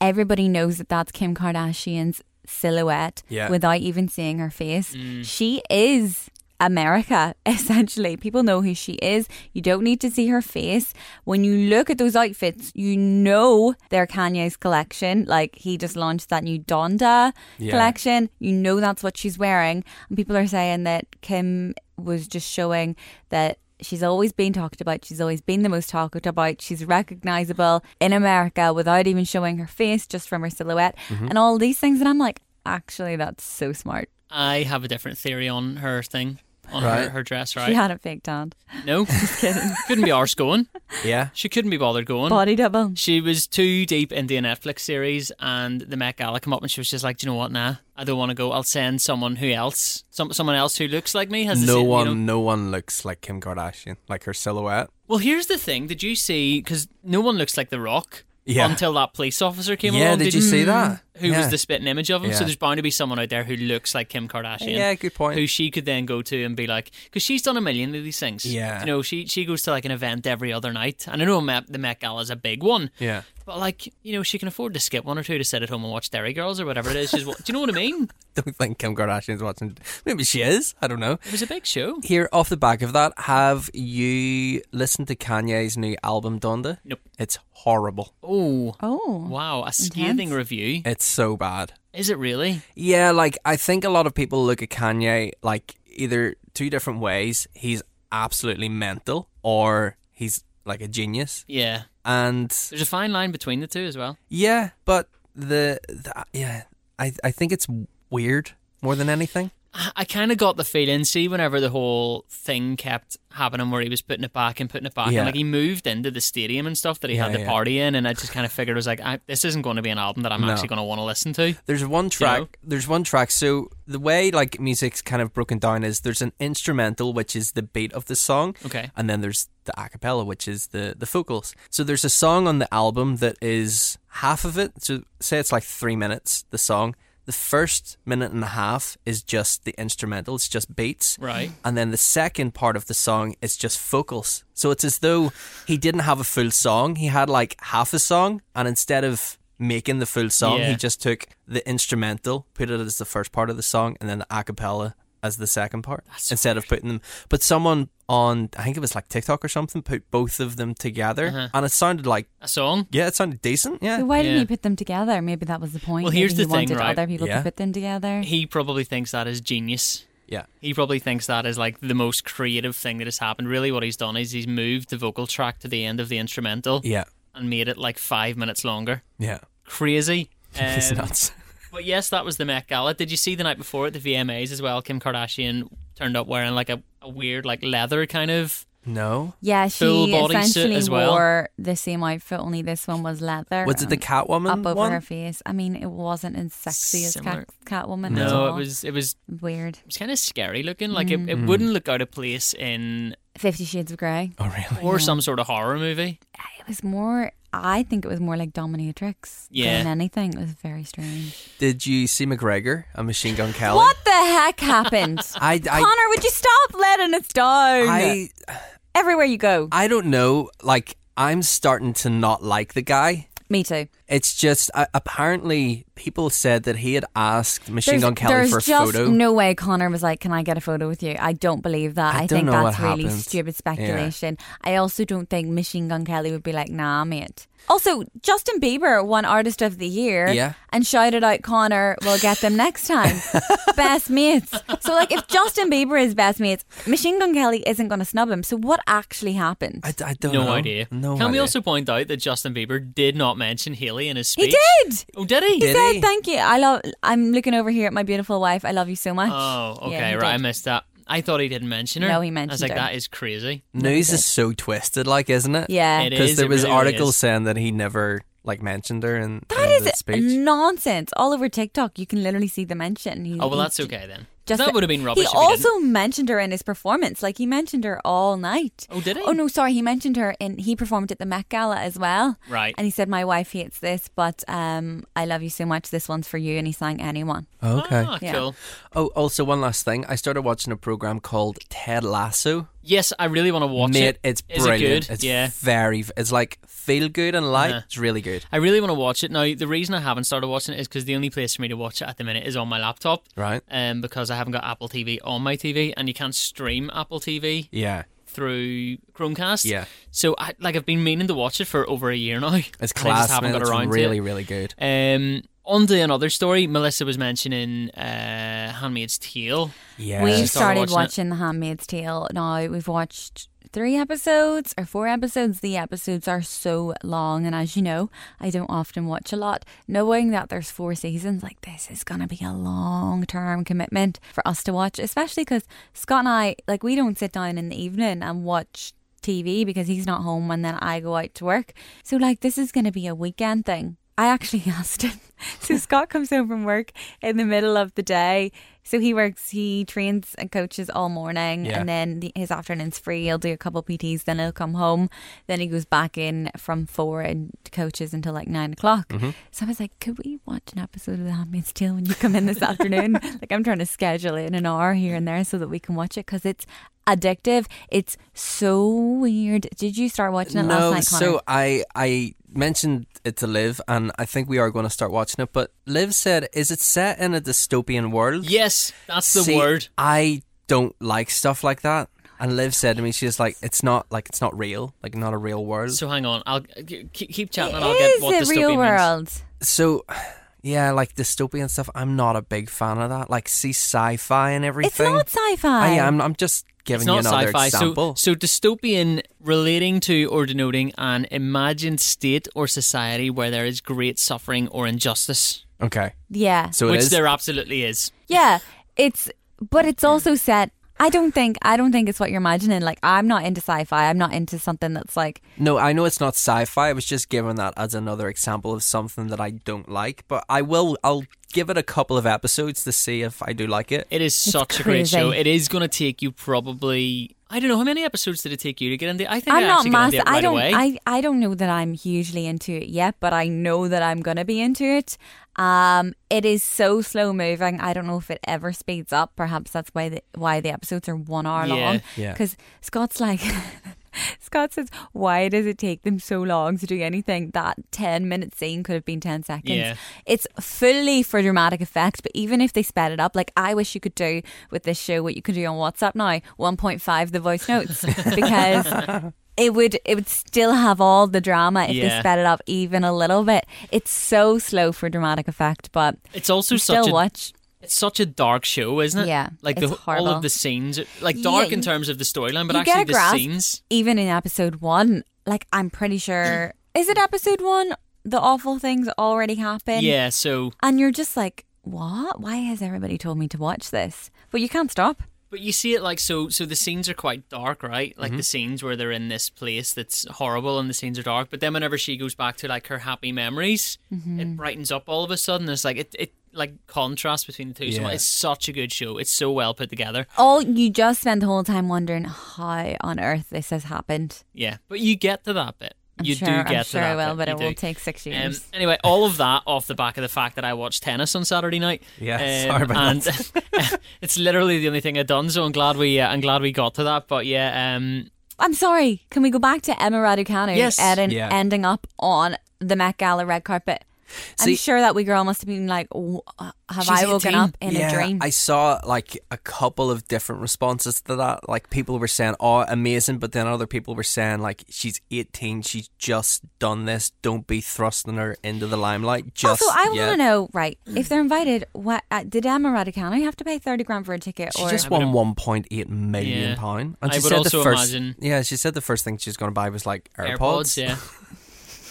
Speaker 2: Everybody knows that that's Kim Kardashian's silhouette
Speaker 3: Yeah.
Speaker 2: without even seeing her face. She is America, essentially. People know who she is. You don't need to see her face. When you look at those outfits, you know they're Kanye's collection. Like he just launched that new Donda
Speaker 3: Yeah.
Speaker 2: collection. You know that's what she's wearing. And people are saying that Kim was just showing that. She's always been talked about. She's always been the most talked about. She's recognizable in America without even showing her face, just from her silhouette
Speaker 1: Mm-hmm.
Speaker 2: and all these things. And I'm like, actually, that's so smart.
Speaker 1: I have a different theory on her thing, on her,
Speaker 3: Right.
Speaker 1: her dress,
Speaker 2: She
Speaker 1: right?
Speaker 2: had it faked on.
Speaker 1: No, couldn't be arse going.
Speaker 3: Yeah.
Speaker 1: She couldn't be bothered going.
Speaker 2: Body double.
Speaker 1: She was too deep into a Netflix series, and the Met Gala come up, and she was just like, "Do you know what? Nah, I don't want to go. I'll send someone who else, some someone else who looks like me." Has the
Speaker 3: No
Speaker 1: same, you
Speaker 3: one,
Speaker 1: know."
Speaker 3: no one looks like Kim Kardashian, like her silhouette.
Speaker 1: Well, here's the thing. Did you see? Because no one looks like The Rock
Speaker 3: Yeah.
Speaker 1: until that police officer came
Speaker 3: yeah,
Speaker 1: along.
Speaker 3: did you see that?
Speaker 1: Who
Speaker 3: yeah.
Speaker 1: was the spitting image of him?
Speaker 3: Yeah.
Speaker 1: So there's bound to be someone out there who looks like Kim Kardashian.
Speaker 3: Yeah, good point.
Speaker 1: Who she could then go to and be like, because she's done a million of these things.
Speaker 3: Yeah.
Speaker 1: You know, she she goes to like an event every other night, and I know Met, the Met Gala is a big one.
Speaker 3: Yeah.
Speaker 1: But like, you know, she can afford to skip one or two to sit at home and watch Dairy Girls or whatever it is. She's, wa- do you know what I mean?
Speaker 3: Don't think Kim Kardashian's watching. Maybe she is. I don't know.
Speaker 1: It was a big show.
Speaker 3: Here, off the back of that, have you listened to Kanye's new album, Donda?
Speaker 1: Nope.
Speaker 3: It's horrible.
Speaker 1: Oh,
Speaker 2: Oh.
Speaker 1: wow, a scathing review.
Speaker 3: It's so bad.
Speaker 1: Is it really?
Speaker 3: Yeah, like I think a lot of people look at Kanye like either two different ways. He's absolutely mental or he's like a genius.
Speaker 1: Yeah.
Speaker 3: And
Speaker 1: There's a fine line between the two as well.
Speaker 3: yeah, but the, the yeah, I I think it's weird more than anything.
Speaker 1: I, I kind of got the feeling, see, whenever the whole thing kept happening where he was putting it back and putting it back,
Speaker 3: Yeah.
Speaker 1: and like he moved into the stadium and stuff that he
Speaker 3: Yeah,
Speaker 1: had the
Speaker 3: yeah.
Speaker 1: party in, and I just kind of figured, I was like, I, this isn't going to be an album that I'm
Speaker 3: No.
Speaker 1: actually going to want to listen to.
Speaker 3: There's one track. There's one track. So the way like music's kind of broken down is there's an instrumental which is the beat of the song,
Speaker 1: Okay.
Speaker 3: and then there's the a cappella which is the the vocals. So there's a song on the album that is half of it. So say it's like three minutes. The song. The first minute and a half is just the instrumental. It's just beats.
Speaker 1: Right.
Speaker 3: And then the second part of the song is just vocals. So it's as though he didn't have a full song. He had like half a song. And instead of making the full song,
Speaker 1: Yeah.
Speaker 3: he just took the instrumental, put it as the first part of the song, and then the a cappella as the second part
Speaker 1: That's so
Speaker 3: instead of putting them. But someone on, I think it was like TikTok or something, put both of them together.
Speaker 1: Uh-huh.
Speaker 3: And it sounded like,
Speaker 1: A song?
Speaker 3: yeah, it sounded decent. Yeah.
Speaker 2: So why didn't
Speaker 1: Yeah.
Speaker 2: he put them together? Maybe that was the point.
Speaker 1: Well,
Speaker 2: Maybe
Speaker 1: here's
Speaker 2: he
Speaker 1: the thing,
Speaker 2: wanted
Speaker 1: right?
Speaker 2: other people
Speaker 3: Yeah.
Speaker 2: to put them together.
Speaker 1: He probably thinks that is genius.
Speaker 3: yeah.
Speaker 1: He probably thinks that is like the most creative thing that has happened. Really, what he's done is he's moved the vocal track to the end of the instrumental
Speaker 3: Yeah.
Speaker 1: and made it like five minutes longer.
Speaker 3: Yeah.
Speaker 1: Crazy.
Speaker 3: it's
Speaker 1: Um,
Speaker 3: nuts.
Speaker 1: But yes, that was the Met Gala. Did you see the night before at the VMAs as well? Kim Kardashian turned up wearing like a, a weird like leather kind of.
Speaker 3: No.
Speaker 2: yeah,
Speaker 1: Full
Speaker 2: she
Speaker 1: body suit
Speaker 2: essentially
Speaker 1: as well.
Speaker 2: wore the same outfit, only this one was leather.
Speaker 3: Was it the
Speaker 2: and
Speaker 3: Catwoman
Speaker 2: um, up over
Speaker 3: one?
Speaker 2: her face? I mean, it wasn't as sexy as
Speaker 1: Similar.
Speaker 2: cat, Catwoman. at
Speaker 1: No, it
Speaker 2: all.
Speaker 1: was it was
Speaker 2: weird.
Speaker 1: it was kind of scary looking. Like it, it wouldn't look out of place in
Speaker 2: Fifty Shades of Grey.
Speaker 3: Oh, really?
Speaker 1: or some sort of horror movie.
Speaker 2: It was more. I think it was more like dominatrix
Speaker 1: Yeah.
Speaker 2: than anything. It was very strange.
Speaker 3: Did you see McGregor and Machine Gun Kelly?
Speaker 2: What the heck happened?
Speaker 3: I, I,
Speaker 2: Connor, would you stop letting us down?
Speaker 3: I,
Speaker 2: Everywhere you go.
Speaker 3: I don't know. Like, I'm starting to not like the guy.
Speaker 2: Me too.
Speaker 3: It's just uh, apparently people said that he had asked Machine
Speaker 2: There's,
Speaker 3: Gun Kelly
Speaker 2: there's
Speaker 3: for a
Speaker 2: just
Speaker 3: photo.
Speaker 2: no way Connor was like, "Can I get a photo with you?" I don't believe that. I,
Speaker 3: I don't
Speaker 2: think
Speaker 3: know
Speaker 2: that's
Speaker 3: what
Speaker 2: really
Speaker 3: happened.
Speaker 2: stupid speculation. I also don't think Machine Gun Kelly would be like, "Nah, mate." Also, Justin Bieber won Artist of the Year
Speaker 3: Yeah.
Speaker 2: and shouted out Connor, "We'll get them next time." best mates. So, like, if Justin Bieber is best mates, Machine Gun Kelly isn't going to snub him. So, what actually happened?
Speaker 3: I, I don't
Speaker 1: No
Speaker 3: know.
Speaker 1: idea.
Speaker 3: No
Speaker 1: Can we
Speaker 3: idea.
Speaker 1: also point out that Justin Bieber did not mention Haley in his
Speaker 2: he
Speaker 1: speech?
Speaker 2: did.
Speaker 1: Oh, did he?
Speaker 2: He
Speaker 3: Did
Speaker 2: said,
Speaker 3: he?
Speaker 2: "Thank you. I love. I'm looking over here at my beautiful wife. I love you so much."
Speaker 1: Oh, okay,
Speaker 2: Yeah, he
Speaker 1: right. I
Speaker 2: did.
Speaker 1: missed that. I thought he didn't mention her.
Speaker 2: No, he
Speaker 1: I was
Speaker 2: mentioned
Speaker 1: like,
Speaker 2: her.
Speaker 1: that is crazy.
Speaker 3: News is so twisted, like, isn't it?
Speaker 2: Yeah.
Speaker 1: It
Speaker 3: Because
Speaker 1: is,
Speaker 3: there
Speaker 1: it
Speaker 3: was
Speaker 1: really, really
Speaker 3: articles
Speaker 1: is.
Speaker 3: saying that he never like mentioned her in,
Speaker 2: That
Speaker 3: in
Speaker 2: is
Speaker 3: the speech.
Speaker 2: nonsense. All over TikTok, you can literally see the mention. He,
Speaker 1: Oh well,
Speaker 2: he
Speaker 1: that's okay then.
Speaker 2: just-
Speaker 1: that would have been rubbish.
Speaker 2: He
Speaker 1: if he didn't.
Speaker 2: also mentioned her in his performance. Like he mentioned her all night.
Speaker 1: Oh, did he?
Speaker 2: Oh no, sorry. He mentioned her in. He performed at the Met Gala as well.
Speaker 1: Right.
Speaker 2: And he said, "My wife hates this, but um, I love you so much. This one's for you." And he sang "Anyone."
Speaker 3: Okay.
Speaker 1: Ah,
Speaker 2: Yeah.
Speaker 1: cool.
Speaker 3: Oh, also one last thing. I started watching a program called Ted Lasso.
Speaker 1: Yes, I really want to watch
Speaker 3: Mate,
Speaker 1: it.
Speaker 3: it's
Speaker 1: Is It
Speaker 3: brillight.
Speaker 1: good?
Speaker 3: It's
Speaker 1: yeah.
Speaker 3: very. It's like feel good and light.
Speaker 1: Uh-huh.
Speaker 3: It's really good.
Speaker 1: I really want to watch it. Now, the reason I haven't started watching it is because the only place for me to watch it at the minute is on my laptop,
Speaker 3: Right.
Speaker 1: um, because I haven't got Apple TV on my TV, and you can't stream Apple TV
Speaker 3: Yeah.
Speaker 1: through Chromecast.
Speaker 3: Yeah.
Speaker 1: So, I, like, I've been meaning to watch it for over a year now.
Speaker 3: It's
Speaker 1: and I
Speaker 3: class.
Speaker 1: just haven't
Speaker 3: man.
Speaker 1: got
Speaker 3: It's
Speaker 1: around
Speaker 3: really,
Speaker 1: to it.
Speaker 3: really good.
Speaker 1: Um, on to another story. Melissa was mentioning uh, Handmaid's Tale.
Speaker 3: Yeah.
Speaker 1: started
Speaker 2: We've started
Speaker 1: watching
Speaker 2: watching The Handmaid's Tale. Now we've watched three episodes or four episodes. The episodes are so long, and as you know, I don't often watch a lot. Knowing that there's four seasons, like this is gonna be a long term commitment for us to watch, especially because Scott and I, like, we don't sit down in the evening and watch. TV because he's not home and then I go out to work. So, like, this is going to be a weekend thing. I actually asked him. So Scott comes home from work in the middle of the day. So he works, he trains and coaches all morning,
Speaker 3: Yeah.
Speaker 2: and then the, his afternoon's free. He'll do a couple PTs, then he'll come home. Then he goes back in from four and coaches until like nine o'clock. So I was like, could we watch an episode of The Handmaid's Tale when you come in this afternoon? Like I'm trying to schedule it in an hour here and there so that we can watch it because it's addictive. It's so weird. Did you start watching it
Speaker 3: no,
Speaker 2: last night, Connor?
Speaker 3: so I I mentioned it to Liv, and I think we are going to start watching it. But Liv said, "Is it set in a dystopian world?"
Speaker 1: Yes, that's the
Speaker 3: See,
Speaker 1: word.
Speaker 3: I don't like stuff like that. And Liv said to me, she's like, "It's not like it's not real, like not a real world." So,
Speaker 1: So hang on, I'll keep, keep chatting, um,
Speaker 2: It
Speaker 1: and I'll get
Speaker 2: is
Speaker 1: what
Speaker 2: the
Speaker 1: dystopian
Speaker 2: real
Speaker 1: means.
Speaker 2: world.
Speaker 3: yeah, like dystopian stuff. I'm not a big fan of that. Like see sci-fi and everything.
Speaker 2: It's not sci-fi.
Speaker 3: I am. Oh, I'm just giving
Speaker 1: It's
Speaker 3: you
Speaker 1: not
Speaker 3: another
Speaker 1: sci-fi.
Speaker 3: example.
Speaker 1: So, so dystopian relating to or denoting an imagined state or society where there is great suffering or injustice,
Speaker 3: okay,
Speaker 2: Yeah.
Speaker 3: so it
Speaker 1: which
Speaker 3: is.
Speaker 1: there absolutely is.
Speaker 2: Yeah, it's but it's also set. I don't think I don't think it's what you're imagining. Like I'm not into sci-fi. I'm not into something that's like
Speaker 3: no, I know it's not sci-fi. I was just given that as another example of something that I don't like. But I will. I'll give it a couple of episodes to see if I do like it.
Speaker 1: It is such a great
Speaker 2: crazy.
Speaker 1: show. It is going to take you probably. I don't know how many episodes did it take you to get into. I think
Speaker 2: I'm
Speaker 1: I
Speaker 2: not
Speaker 1: actually got into
Speaker 2: massive.
Speaker 1: it right
Speaker 2: I don't.
Speaker 1: away.
Speaker 2: I I don't know that I'm hugely into it yet, but I know that I'm gonna be into it. Um, it is so slow moving. I don't know if it ever speeds up. Perhaps that's why the why the episodes are one hour
Speaker 1: Yeah.
Speaker 2: long.
Speaker 3: Yeah.
Speaker 2: Because Scott's like. Scott says, "Why does it take them so long to do anything? That ten-minute scene could have been ten seconds.
Speaker 1: Yeah.
Speaker 2: It's fully for dramatic effect, but even if they sped it up, like I wish you could do with this show what you could do on WhatsApp now, 1.5 the voice notes because it would it would still have all the drama if they
Speaker 1: Yeah.
Speaker 2: sped it up even a little bit. It's so slow for dramatic effect, but
Speaker 1: it's also
Speaker 2: you still
Speaker 1: such a
Speaker 2: watch.
Speaker 1: it's such a dark show, isn't it?
Speaker 2: Yeah,
Speaker 1: like
Speaker 2: it's
Speaker 1: the, all
Speaker 2: horrible.
Speaker 1: of the scenes, like
Speaker 2: Yeah,
Speaker 1: dark in
Speaker 2: you-
Speaker 1: terms of the storyline, but
Speaker 2: you get
Speaker 1: actually
Speaker 2: a
Speaker 1: the
Speaker 2: grasp.
Speaker 1: scenes.
Speaker 2: Even in episode one, like I'm pretty sure, is it episode one? The awful things already happen.
Speaker 1: Yeah, so
Speaker 2: and you're just like, what? Why has everybody told me to watch this? But you can't stop.
Speaker 1: But you see it like so. So the scenes are quite dark, right? Like the scenes where they're in this place that's horrible, and the scenes are dark. But then whenever she goes back to like her happy memories,
Speaker 2: Mm-hmm.
Speaker 1: it brightens up all of a sudden. It's like it, it like contrast between the two. So
Speaker 3: Yeah.
Speaker 1: it's such a good show. It's so well put together.
Speaker 2: All you just spend the whole time wondering how on earth this has happened.
Speaker 1: Yeah, but you get to that bit.
Speaker 2: I'm
Speaker 1: you
Speaker 2: sure,
Speaker 1: do
Speaker 2: I'm
Speaker 1: get to
Speaker 2: sure
Speaker 1: that
Speaker 2: I will,
Speaker 1: bit.
Speaker 2: but
Speaker 1: You
Speaker 2: it will
Speaker 1: do.
Speaker 2: take six
Speaker 1: Um,
Speaker 2: years.
Speaker 1: anyway, all of that off the back of the fact that I watched tennis on Saturday night. Um,
Speaker 3: Yeah, sorry about
Speaker 1: and it's literally the only thing I've done. So I'm glad we uh, I'm glad we got to that. But yeah, um,
Speaker 2: I'm sorry. Can we go back to Emma Raducanu
Speaker 1: Yes.
Speaker 2: ed-
Speaker 3: Yeah.
Speaker 2: ending up on the Met Gala red carpet? I'm
Speaker 3: See-
Speaker 2: sure that wee girl must have been like, "W- uh, "Have
Speaker 1: She's
Speaker 2: I woken
Speaker 1: 18.
Speaker 2: up in
Speaker 3: yeah,
Speaker 2: a dream?"
Speaker 3: I saw like a couple of different responses to that. Like people were saying, "Oh, amazing," but then other people were saying, "Like she's 18, she's just done this. Don't be thrusting her into the limelight." Just
Speaker 2: also, I want
Speaker 3: yet."
Speaker 2: to know, right? If they're invited, what uh, did Emma Raducanu have to pay thirty grand for a ticket?
Speaker 3: She
Speaker 2: or
Speaker 3: just
Speaker 1: I
Speaker 3: won
Speaker 1: would-
Speaker 3: 1.8 million
Speaker 1: Yeah.
Speaker 3: pound,
Speaker 1: I would also
Speaker 3: the first,
Speaker 1: imagine-
Speaker 3: yeah, she said the first thing she's going to buy was like AirPods.
Speaker 1: yeah.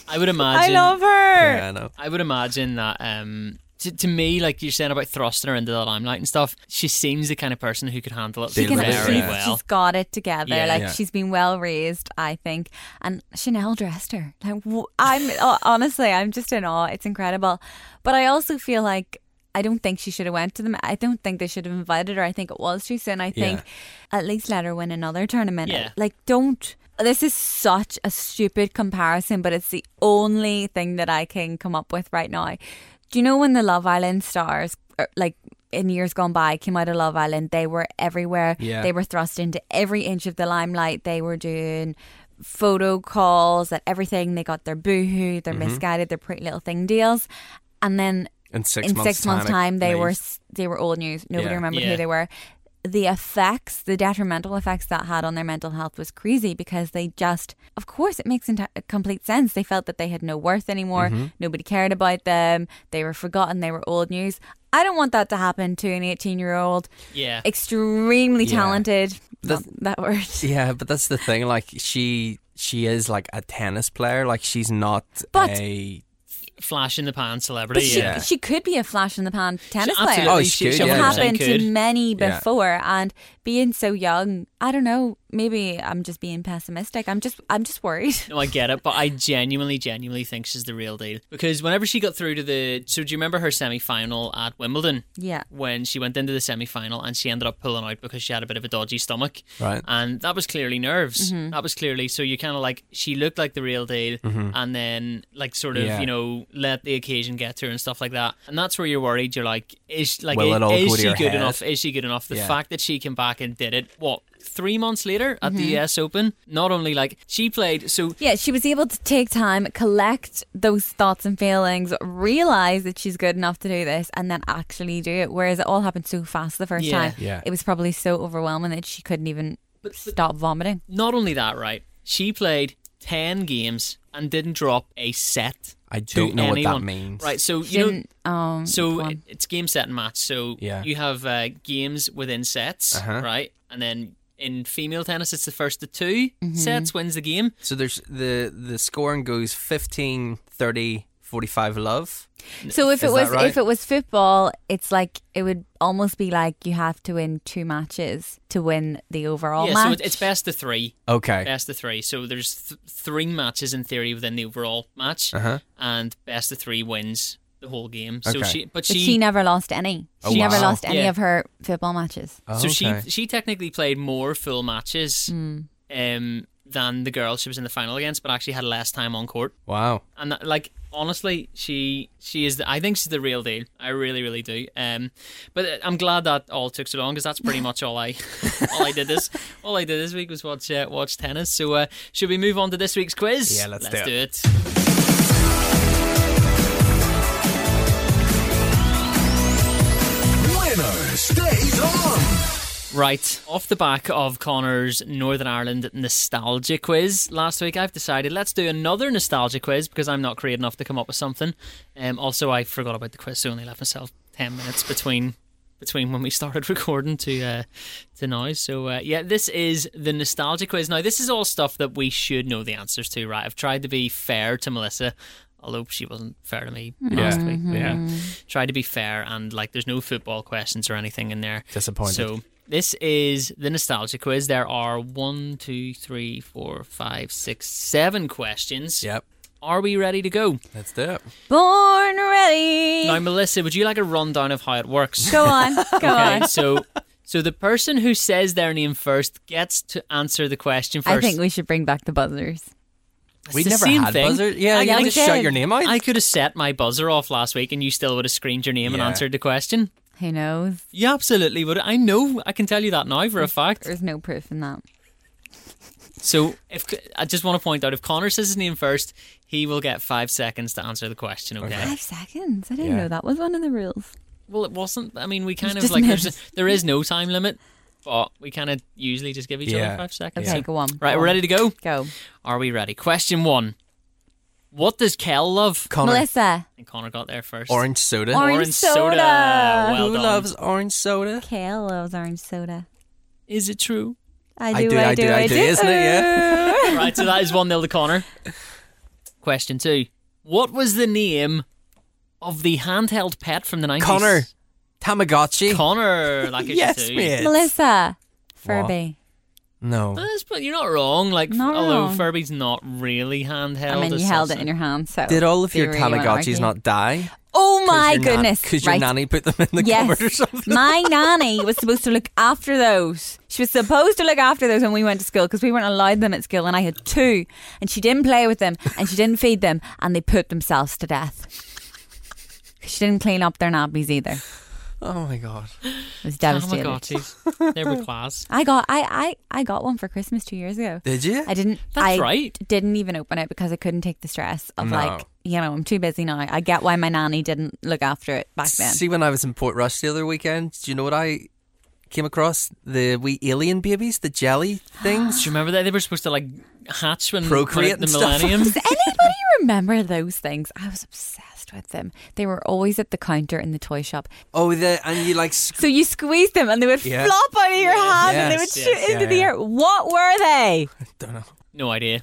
Speaker 1: I would
Speaker 2: I
Speaker 1: imagine.
Speaker 2: love her.
Speaker 3: yeah, I know.
Speaker 1: I would imagine that. Um, to, to me, like you're saying about thrusting her into the limelight and stuff, she seems the kind of person who could handle it
Speaker 2: She can,
Speaker 3: Deal
Speaker 1: very
Speaker 3: with
Speaker 2: she's,
Speaker 3: it.
Speaker 1: well.
Speaker 2: she's got it together.
Speaker 1: Yeah.
Speaker 2: Like
Speaker 3: Yeah.
Speaker 2: she's been well raised, I think. And Chanel dressed her. Like w- I'm uh, honestly, I'm just in awe. It's incredible. But I also feel like I don't think she should have went to them. I don't think they should have invited her. I think it was too soon. I think at least let her win another tournament.
Speaker 1: Yeah.
Speaker 2: Like don't. This is such a stupid comparison, but it's the only thing that I can come up with right now. Do you know when the Love Island stars, er, like in years gone by, came out of Love Island? They were everywhere.
Speaker 3: Yeah.
Speaker 2: They were thrust into every inch of the limelight. They were doing photo calls at everything. They got their boohoo, their
Speaker 3: Mm-hmm.
Speaker 2: misguided, their pretty little thing deals. And then
Speaker 3: In six
Speaker 2: in
Speaker 3: months'
Speaker 2: six months' time,
Speaker 3: it
Speaker 2: they were
Speaker 3: leaves.
Speaker 2: s- they were old news. Nobody
Speaker 3: Yeah.
Speaker 2: remembered
Speaker 1: Yeah.
Speaker 2: who they were. The effects, the detrimental effects that had on their mental health was crazy because they just, of course, it makes enti- complete sense. They felt that they had no worth anymore.
Speaker 3: Mm-hmm.
Speaker 2: Nobody cared about them. They were forgotten. They were old news. I don't want that to happen to an 18 year old,
Speaker 1: Yeah.
Speaker 2: extremely
Speaker 3: Yeah.
Speaker 2: talented.
Speaker 3: The-
Speaker 1: Um,
Speaker 2: Not that word.
Speaker 3: Yeah, but that's the thing. Like she, she is like a tennis player. Like she's not
Speaker 2: But-
Speaker 3: a.
Speaker 1: Flash in the pan celebrity.
Speaker 2: But she,
Speaker 1: yeah.
Speaker 2: she could be a flash in the pan tennis
Speaker 1: She-
Speaker 2: player.
Speaker 1: absolutely,
Speaker 3: Oh,
Speaker 1: she,
Speaker 3: good,
Speaker 1: she
Speaker 2: It's
Speaker 3: yeah.
Speaker 1: 100%
Speaker 2: happened
Speaker 1: could.
Speaker 2: to many
Speaker 3: Yeah.
Speaker 2: before and being so young i don't know maybe i'm just being pessimistic i'm just i'm just worried
Speaker 1: No, I get it, but I genuinely, genuinely think she's the real deal because whenever she got through to the, so do you remember her semi-final at Wimbledon?
Speaker 2: yeah
Speaker 1: when she went into the semi final and she ended up pulling out because she had a bit of a dodgy stomach.
Speaker 3: Right.
Speaker 1: And that was clearly nerves. That was clearly so you kind of like she looked like the real deal and then like sort of,
Speaker 3: Mm-hmm. Yeah.
Speaker 1: you know, let the occasion get to her and stuff like that. And that's where you're worried. You're like, is like
Speaker 3: Will
Speaker 1: is,
Speaker 3: it all
Speaker 1: is
Speaker 3: go to
Speaker 1: she
Speaker 3: your
Speaker 1: good
Speaker 3: head?
Speaker 1: enough? Is she good enough? The
Speaker 3: Yeah.
Speaker 1: fact that she came back and did it, what, three months later at the US Open, not only like she played so
Speaker 2: yeah she was able to take time collect those thoughts and feelings realize that she's good enough to do this and then actually do it whereas it all happened so fast the first
Speaker 1: Yeah.
Speaker 2: time
Speaker 3: Yeah.
Speaker 2: it was probably so overwhelming that she couldn't even stop vomiting
Speaker 1: not only that, right? She played ten games and didn't drop a set.
Speaker 3: I
Speaker 1: to
Speaker 3: don't know what
Speaker 1: anyone.
Speaker 3: that means.
Speaker 1: Right, so
Speaker 2: she
Speaker 1: you know,
Speaker 2: didn't um
Speaker 1: So
Speaker 2: go on.
Speaker 1: it, it's game set and match. So
Speaker 3: Yeah.
Speaker 1: you have uh, games within sets,
Speaker 3: Uh-huh.
Speaker 1: right? And then in female tennis, it's the first to 2 sets wins the game.
Speaker 3: So there's the the scoring goes 15, 30, 45 love.
Speaker 2: So if
Speaker 3: Is
Speaker 2: it was
Speaker 3: that right?
Speaker 2: if it was football, it's like it would almost be like you have to win two matches to win the overall
Speaker 1: yeah,
Speaker 2: match.
Speaker 1: so it- it's best of three.
Speaker 3: Okay.
Speaker 1: Best of three. So there's th- three matches in theory within the overall match,
Speaker 3: Uh-huh.
Speaker 1: and best of three wins the whole game. So
Speaker 3: Okay.
Speaker 1: she, but
Speaker 2: But
Speaker 1: she,
Speaker 2: she never lost any.
Speaker 3: Oh,
Speaker 2: she never
Speaker 3: wow.
Speaker 2: lost any
Speaker 1: Yeah.
Speaker 2: of her football matches.
Speaker 1: so she,
Speaker 3: Oh, Okay.
Speaker 1: she technically played more full matches um, than the girl she was in the final against, but actually had less time on court.
Speaker 3: Wow.
Speaker 1: and that, like honestly she she is the, i think she's the real deal i really really do um but uh, i'm glad that all took so long because that's pretty much all i all i did this all i did this week was watch uh, watch tennis so uh should we move on to this week's quiz
Speaker 3: Yeah, let's
Speaker 1: let's
Speaker 3: do
Speaker 1: do it,
Speaker 4: Winner stays on.
Speaker 1: right off the back of connor's northern ireland nostalgia quiz last week i've decided let's do another nostalgia quiz because i'm not creative enough to come up with something um also i forgot about the quiz so I only left myself 10 minutes between between when we started recording to uh, to now. So uh, yeah, this is the nostalgia quiz. Now this is all stuff that we should know the answers to, right? I've tried to be fair to Melissa, although she wasn't fair to me last
Speaker 3: Mm-hmm. Yeah. Mm-hmm.
Speaker 1: week.
Speaker 3: Yeah.
Speaker 1: tried to be fair and like there's no football questions or anything in there.
Speaker 3: Disappointed.
Speaker 1: So this is the nostalgia quiz. There are one, two, three, four, five, six, seven questions.
Speaker 3: Yep.
Speaker 1: Are we ready to go?
Speaker 3: Let's do it.
Speaker 2: Born ready.
Speaker 1: Now, Melissa, would you like a rundown of how it works?
Speaker 2: Go on. Go on.
Speaker 1: Okay, so so the person who says their name first gets to answer the question first.
Speaker 2: I think we should bring back the buzzers.
Speaker 1: It's
Speaker 3: We
Speaker 1: the
Speaker 3: never
Speaker 1: same
Speaker 3: had
Speaker 1: thing.
Speaker 3: buzzer. Yeah,
Speaker 1: I,
Speaker 3: you
Speaker 1: I
Speaker 3: just shout
Speaker 2: did.
Speaker 3: your name out.
Speaker 1: I could have set my buzzer off last week, and you still would have screamed your name and
Speaker 3: Yeah.
Speaker 1: answered the question.
Speaker 2: Who knows?
Speaker 1: You absolutely would. I know. I can tell you that now for a fact.
Speaker 2: There's no proof in that.
Speaker 1: So if I just want to point out, if Connor says his name first, he will get five seconds to answer the question. Okay.
Speaker 2: Five seconds. I didn't
Speaker 3: Yeah.
Speaker 2: know that was one of the rules.
Speaker 1: Well, it wasn't. I mean, we kind of
Speaker 2: just
Speaker 1: like there's a,
Speaker 2: missed.
Speaker 1: there is no time limit, but we kind of usually just give each
Speaker 3: Yeah.
Speaker 1: other five seconds.
Speaker 2: Okay,
Speaker 1: So-
Speaker 2: go on.
Speaker 1: Right,
Speaker 2: go
Speaker 1: we're
Speaker 2: on.
Speaker 1: ready to go.
Speaker 2: Go.
Speaker 1: Are we ready? Question one. What does Kel love?
Speaker 3: Connor.
Speaker 2: Melissa.
Speaker 1: And Connor got there first.
Speaker 3: Orange soda.
Speaker 2: Orange soda.
Speaker 1: Well
Speaker 3: Who
Speaker 1: done.
Speaker 3: loves orange soda?
Speaker 2: Kale loves orange soda.
Speaker 1: Is it true?
Speaker 2: I
Speaker 3: I
Speaker 2: do,
Speaker 3: do,
Speaker 2: I
Speaker 3: I
Speaker 2: do,
Speaker 3: do, I do, isn't it?
Speaker 2: Yeah.
Speaker 1: Right, so that is 1 0 to Connor. Question two. What was the name of the handheld pet from the 90s?
Speaker 3: Connor. Tamagotchi.
Speaker 1: Connor. That gives
Speaker 3: yes,
Speaker 1: you two.
Speaker 3: mate.
Speaker 2: Melissa. Furby.
Speaker 3: No.
Speaker 1: That's- but you're not wrong. Like, f-
Speaker 2: Not
Speaker 1: although
Speaker 2: wrong.
Speaker 1: Furby's not really handheld.
Speaker 2: I mean,
Speaker 1: as
Speaker 2: you held
Speaker 1: such.
Speaker 2: it in your hand, so.
Speaker 3: Did all of your
Speaker 2: theory you wanna
Speaker 3: Tamagotchis
Speaker 2: argue.
Speaker 3: not die?
Speaker 2: Oh my goodness.
Speaker 3: Because
Speaker 2: right.
Speaker 3: your nanny put them in the
Speaker 2: Yes.
Speaker 3: cupboard or something.
Speaker 2: My nanny was supposed to look after those. She was supposed to look after those when we went to school because we weren't allowed them at school, and I had two, and she didn't play with them, and she didn't feed them, and they put themselves to death. She didn't clean up their nappies either. It
Speaker 3: Oh my god.
Speaker 2: was
Speaker 1: Oh
Speaker 2: devastating.
Speaker 1: Tamagotchis. they were class.
Speaker 2: I got I, I I got one for Christmas two years ago.
Speaker 3: Did you?
Speaker 2: I didn't.
Speaker 1: That's
Speaker 2: I
Speaker 1: right.
Speaker 2: Didn't even open it because I couldn't take the stress of
Speaker 3: No.
Speaker 2: like you know I'm too busy now. I get why my nanny didn't look after it back then.
Speaker 3: See, when I was in Port Rush the other weekend, do you know what I came across? The wee alien babies, the jelly
Speaker 1: Do
Speaker 3: things.
Speaker 1: you remember that? They were supposed to, like, hatch when
Speaker 3: Procreate
Speaker 1: when the
Speaker 3: and stuff.
Speaker 1: millennium.
Speaker 2: Does anybody remember those things? I was obsessed with them. They were always at the counter in the toy shop.
Speaker 3: oh, the and you like. Sc-
Speaker 2: So you squeezed them and they would
Speaker 3: Yeah.
Speaker 2: flop out of your hand and they would
Speaker 1: Yes,
Speaker 2: shoot
Speaker 1: yes,
Speaker 2: into
Speaker 3: yeah,
Speaker 2: the
Speaker 3: yeah.
Speaker 2: air. What were they?
Speaker 3: don't know.
Speaker 1: No idea.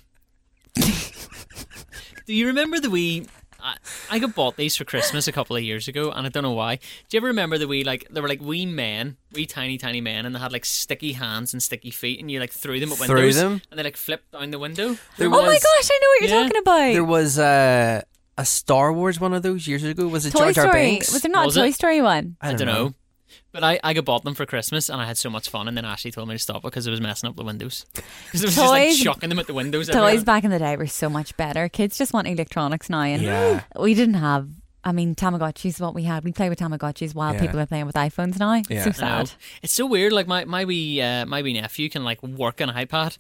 Speaker 1: Do you remember the wee? I, I got bought these for Christmas a couple of years ago, and I don't know why. Do you ever remember the wee like there were like wee men, wee tiny tiny men, and they had like sticky hands and sticky feet, and you like threw them at
Speaker 3: Threw
Speaker 1: windows,
Speaker 3: them?
Speaker 1: and they like flipped down the window.
Speaker 3: There
Speaker 2: oh my
Speaker 3: was-
Speaker 2: gosh, I know what you're
Speaker 1: Yeah.
Speaker 2: talking about.
Speaker 3: There was uh, a Star Wars one of those years ago. Was it
Speaker 2: Toy
Speaker 3: George R.
Speaker 2: Story.
Speaker 3: Binks?
Speaker 2: Was there not
Speaker 1: Was
Speaker 2: a Toy
Speaker 1: it?
Speaker 2: Story one?
Speaker 1: I don't know. But I, I got bought them for Christmas and I had so much fun and then Ashley told me to stop because it was messing up the windows. Because it was
Speaker 2: Toys-
Speaker 1: just like chucking them at the windows.
Speaker 2: Toys
Speaker 1: everywhere.
Speaker 2: back in the day were so much better. Kids just want electronics now and
Speaker 3: Yeah.
Speaker 2: we didn't have I mean Tamagotchis what we had. We played with Tamagotchis while
Speaker 3: Yeah.
Speaker 2: people are playing with iPhones now.
Speaker 3: Yeah.
Speaker 2: So
Speaker 1: I know.
Speaker 2: sad.
Speaker 1: It's so weird. Like my my wee uh, my wee nephew can like work an iPad.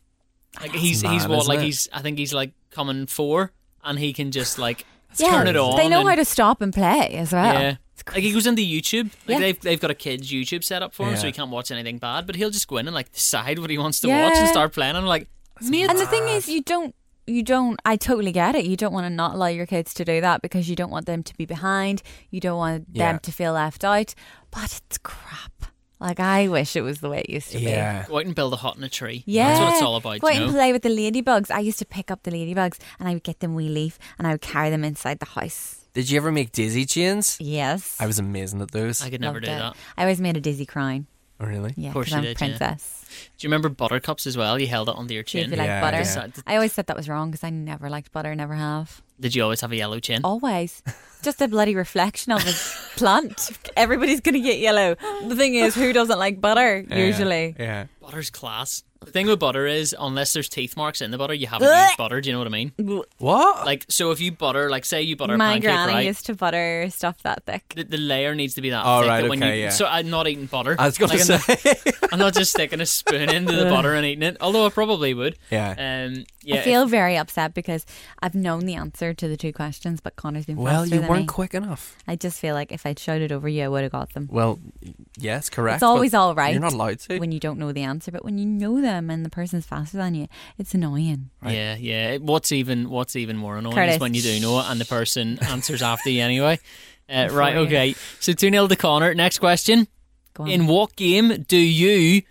Speaker 1: Like he's
Speaker 3: mad,
Speaker 1: he's what
Speaker 3: isn't
Speaker 1: like
Speaker 3: it?
Speaker 1: he's I think he's like coming four and he can just like
Speaker 2: Yeah,
Speaker 1: turn it on.
Speaker 2: They know
Speaker 1: and,
Speaker 2: how to stop and play as well.
Speaker 1: yeah. Like he goes into YouTube. Like
Speaker 2: Yeah.
Speaker 1: they've they've got a kids YouTube set up for him, so
Speaker 3: Yeah.
Speaker 1: he can't watch anything bad. But he'll just go in and like decide what he wants to watch and
Speaker 2: Yeah.
Speaker 1: start playing. I'm like, mate,
Speaker 2: And the thing is, you don't, you don't. I totally get it. You don't want to not allow your kids to do that because you don't want them to be behind. You don't want
Speaker 3: Yeah.
Speaker 2: them to feel left out. But it's crap. Like I wish it was the way it used to be.
Speaker 3: Yeah.
Speaker 1: Go out and build a hut in a tree.
Speaker 2: Yeah.
Speaker 1: That's what it's all about,
Speaker 2: Go out
Speaker 1: you
Speaker 2: and
Speaker 1: know?
Speaker 2: play with the ladybugs. I used to pick up the ladybugs and I would get them wee leaf and I would carry them inside the house.
Speaker 3: Did you ever make daisy chains?
Speaker 2: Yes.
Speaker 3: I was amazing at those.
Speaker 1: I could never
Speaker 2: Loved
Speaker 1: do
Speaker 2: it.
Speaker 1: that.
Speaker 2: I always made a dizzy crown.
Speaker 3: Oh, really?
Speaker 2: Yeah,
Speaker 1: course
Speaker 2: because
Speaker 1: you
Speaker 2: I'm a
Speaker 1: did, yeah.
Speaker 2: princess.
Speaker 1: Do you remember buttercups as well? You held it under your
Speaker 2: Do you
Speaker 1: chin.
Speaker 2: like
Speaker 3: Yeah,
Speaker 2: butter?
Speaker 3: yeah.
Speaker 2: I always said that was wrong because I never liked butter, never have.
Speaker 1: Did you always have a yellow chin?
Speaker 2: Oh. Always. Just a bloody reflection of a plant. Everybody's going to get yellow. The thing is, who doesn't like butter usually?
Speaker 3: Yeah.
Speaker 1: Butter's class. The thing with butter is, unless there's teeth marks in the butter, you haven't used butter. Do you know what I mean?
Speaker 3: What?
Speaker 1: Like, so if you butter, like, say you butter a
Speaker 2: My
Speaker 1: pancake,
Speaker 2: granny
Speaker 1: right?
Speaker 2: used to butter stuff that thick.
Speaker 1: The, the layer needs to be that
Speaker 3: Oh,
Speaker 1: thick
Speaker 3: right,
Speaker 1: that when
Speaker 3: okay,
Speaker 1: you,
Speaker 3: yeah.
Speaker 1: So I'm not eating butter.
Speaker 3: I was going
Speaker 1: Like,
Speaker 3: to
Speaker 1: I'm not-
Speaker 3: say.
Speaker 1: I'm not just sticking a spoon into the butter and eating it, although I probably would.
Speaker 3: Yeah.
Speaker 1: Um, yeah.
Speaker 2: I feel very upset because I've known the answer to the two questions, but Connor's been
Speaker 3: well,
Speaker 2: faster
Speaker 3: you
Speaker 2: than
Speaker 3: weren't
Speaker 2: me.
Speaker 3: quick enough.
Speaker 2: I just feel like if I'd shouted over you, I would have got them.
Speaker 3: Well, y- yes, correct.
Speaker 2: It's always
Speaker 3: but
Speaker 2: all right.
Speaker 3: You're not allowed to.
Speaker 2: When you don't know the answer, but when you know them and the person's faster than you, it's annoying.
Speaker 3: Right.
Speaker 1: Yeah, yeah. What's even What's even more annoying
Speaker 2: Curtis.
Speaker 1: is when you do know it and the person answers after you anyway. Uh, right.
Speaker 2: sorry.
Speaker 1: Okay. So two 0 to Connor. Next question:
Speaker 2: Go on.
Speaker 1: In what game do you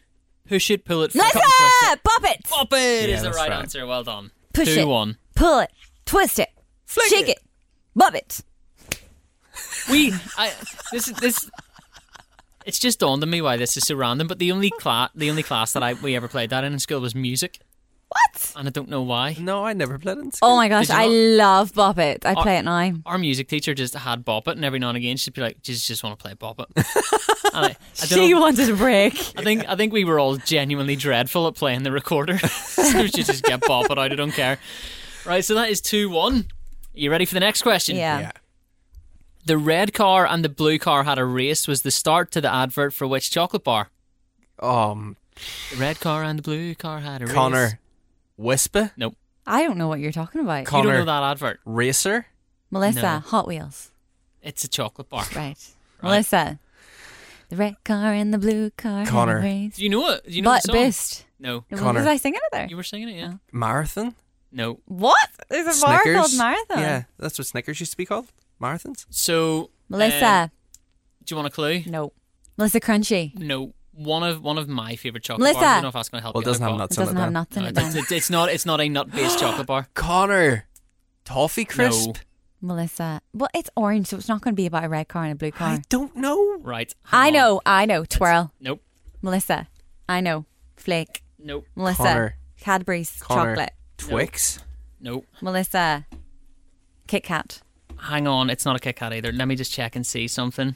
Speaker 1: push it, pull it, flick
Speaker 2: Let's
Speaker 1: it, and twist it?
Speaker 2: it! Pop it!
Speaker 1: Pop it
Speaker 3: Yeah,
Speaker 1: is the
Speaker 3: that's
Speaker 1: right,
Speaker 3: right.
Speaker 1: answer. Well done.
Speaker 2: Push
Speaker 1: two
Speaker 2: it.
Speaker 1: one.
Speaker 2: Pull it! Twist it! shake it! Bob it!
Speaker 1: We. I. This is this. It's just dawned on me why this is so random. But the only class, the only class that I we ever played that in in school was music,
Speaker 2: What?
Speaker 1: and I don't know why.
Speaker 3: No, I never played it.
Speaker 2: Oh my gosh,
Speaker 1: Did you
Speaker 2: I
Speaker 1: not-
Speaker 2: love Bob it. I play it now.
Speaker 1: our music teacher just had Bop It, and every now and again she'd be like, "Jesus, just want to play Bop It." And I, I, don't
Speaker 2: She
Speaker 1: know,
Speaker 2: wanted a break.
Speaker 1: I think I think we were all genuinely dreadful at playing the recorder. so she just get Bop It out. I don't care. Right, so that is two one. You ready for the next question?
Speaker 2: yeah.
Speaker 3: Yeah.
Speaker 1: The red car and the blue car had a race. Was the start to the advert for which chocolate bar?
Speaker 3: Um,
Speaker 1: The red car and the blue car had a race.
Speaker 3: Connor, Whisper,
Speaker 2: I don't know what you're talking about.
Speaker 3: Con-
Speaker 1: you
Speaker 3: Connor.
Speaker 1: don't know that advert.
Speaker 3: Racer.
Speaker 2: Melissa,
Speaker 1: No.
Speaker 2: Hot Wheels.
Speaker 1: It's a chocolate bar.
Speaker 2: Right. Melissa. The red car and the blue car. had a
Speaker 3: Connor.
Speaker 2: race.
Speaker 1: Do you know it? Do you know
Speaker 2: But
Speaker 1: the song?
Speaker 2: boost.
Speaker 1: No,
Speaker 3: Connor.
Speaker 2: Was I singing it there?
Speaker 1: you were singing it. Yeah.
Speaker 3: Marathon.
Speaker 1: No.
Speaker 2: What? There's a bar
Speaker 3: Snickers.
Speaker 2: called Marathon.
Speaker 3: Yeah, that's what Snickers used to be called. Marathons.
Speaker 1: So uh,
Speaker 2: Melissa.
Speaker 1: do you want a clue?
Speaker 2: no. Melissa Crunchy.
Speaker 1: No, one of one of my favorite chocolate
Speaker 2: Melissa.
Speaker 1: bars. I don't know if that's going to help.
Speaker 3: Well, it
Speaker 1: you.
Speaker 3: doesn't
Speaker 1: I've
Speaker 3: have
Speaker 1: got-
Speaker 3: nuts
Speaker 2: It
Speaker 3: in it.
Speaker 2: doesn't have
Speaker 3: then.
Speaker 2: nuts in it
Speaker 1: No, it's,
Speaker 2: then.
Speaker 1: Uh, it's, it's not. It's not a nut based chocolate bar.
Speaker 3: Connor, Toffee Crisp.
Speaker 2: Melissa. Well, it's orange, so it's not going to be about a red car and a blue car.
Speaker 3: I don't know.
Speaker 1: Right. hang
Speaker 2: I,
Speaker 1: on.
Speaker 2: know, I know. Twirl.
Speaker 1: Nope.
Speaker 2: Melissa. I know. Flake.
Speaker 1: Nope.
Speaker 2: Melissa.
Speaker 3: Connor.
Speaker 2: Cadbury's
Speaker 3: Connor.
Speaker 2: chocolate.
Speaker 3: Twix.
Speaker 1: Nope.
Speaker 2: Melissa. Kit Kat.
Speaker 1: Hang on. It's not a Kit Kat either. Let me just check and see something.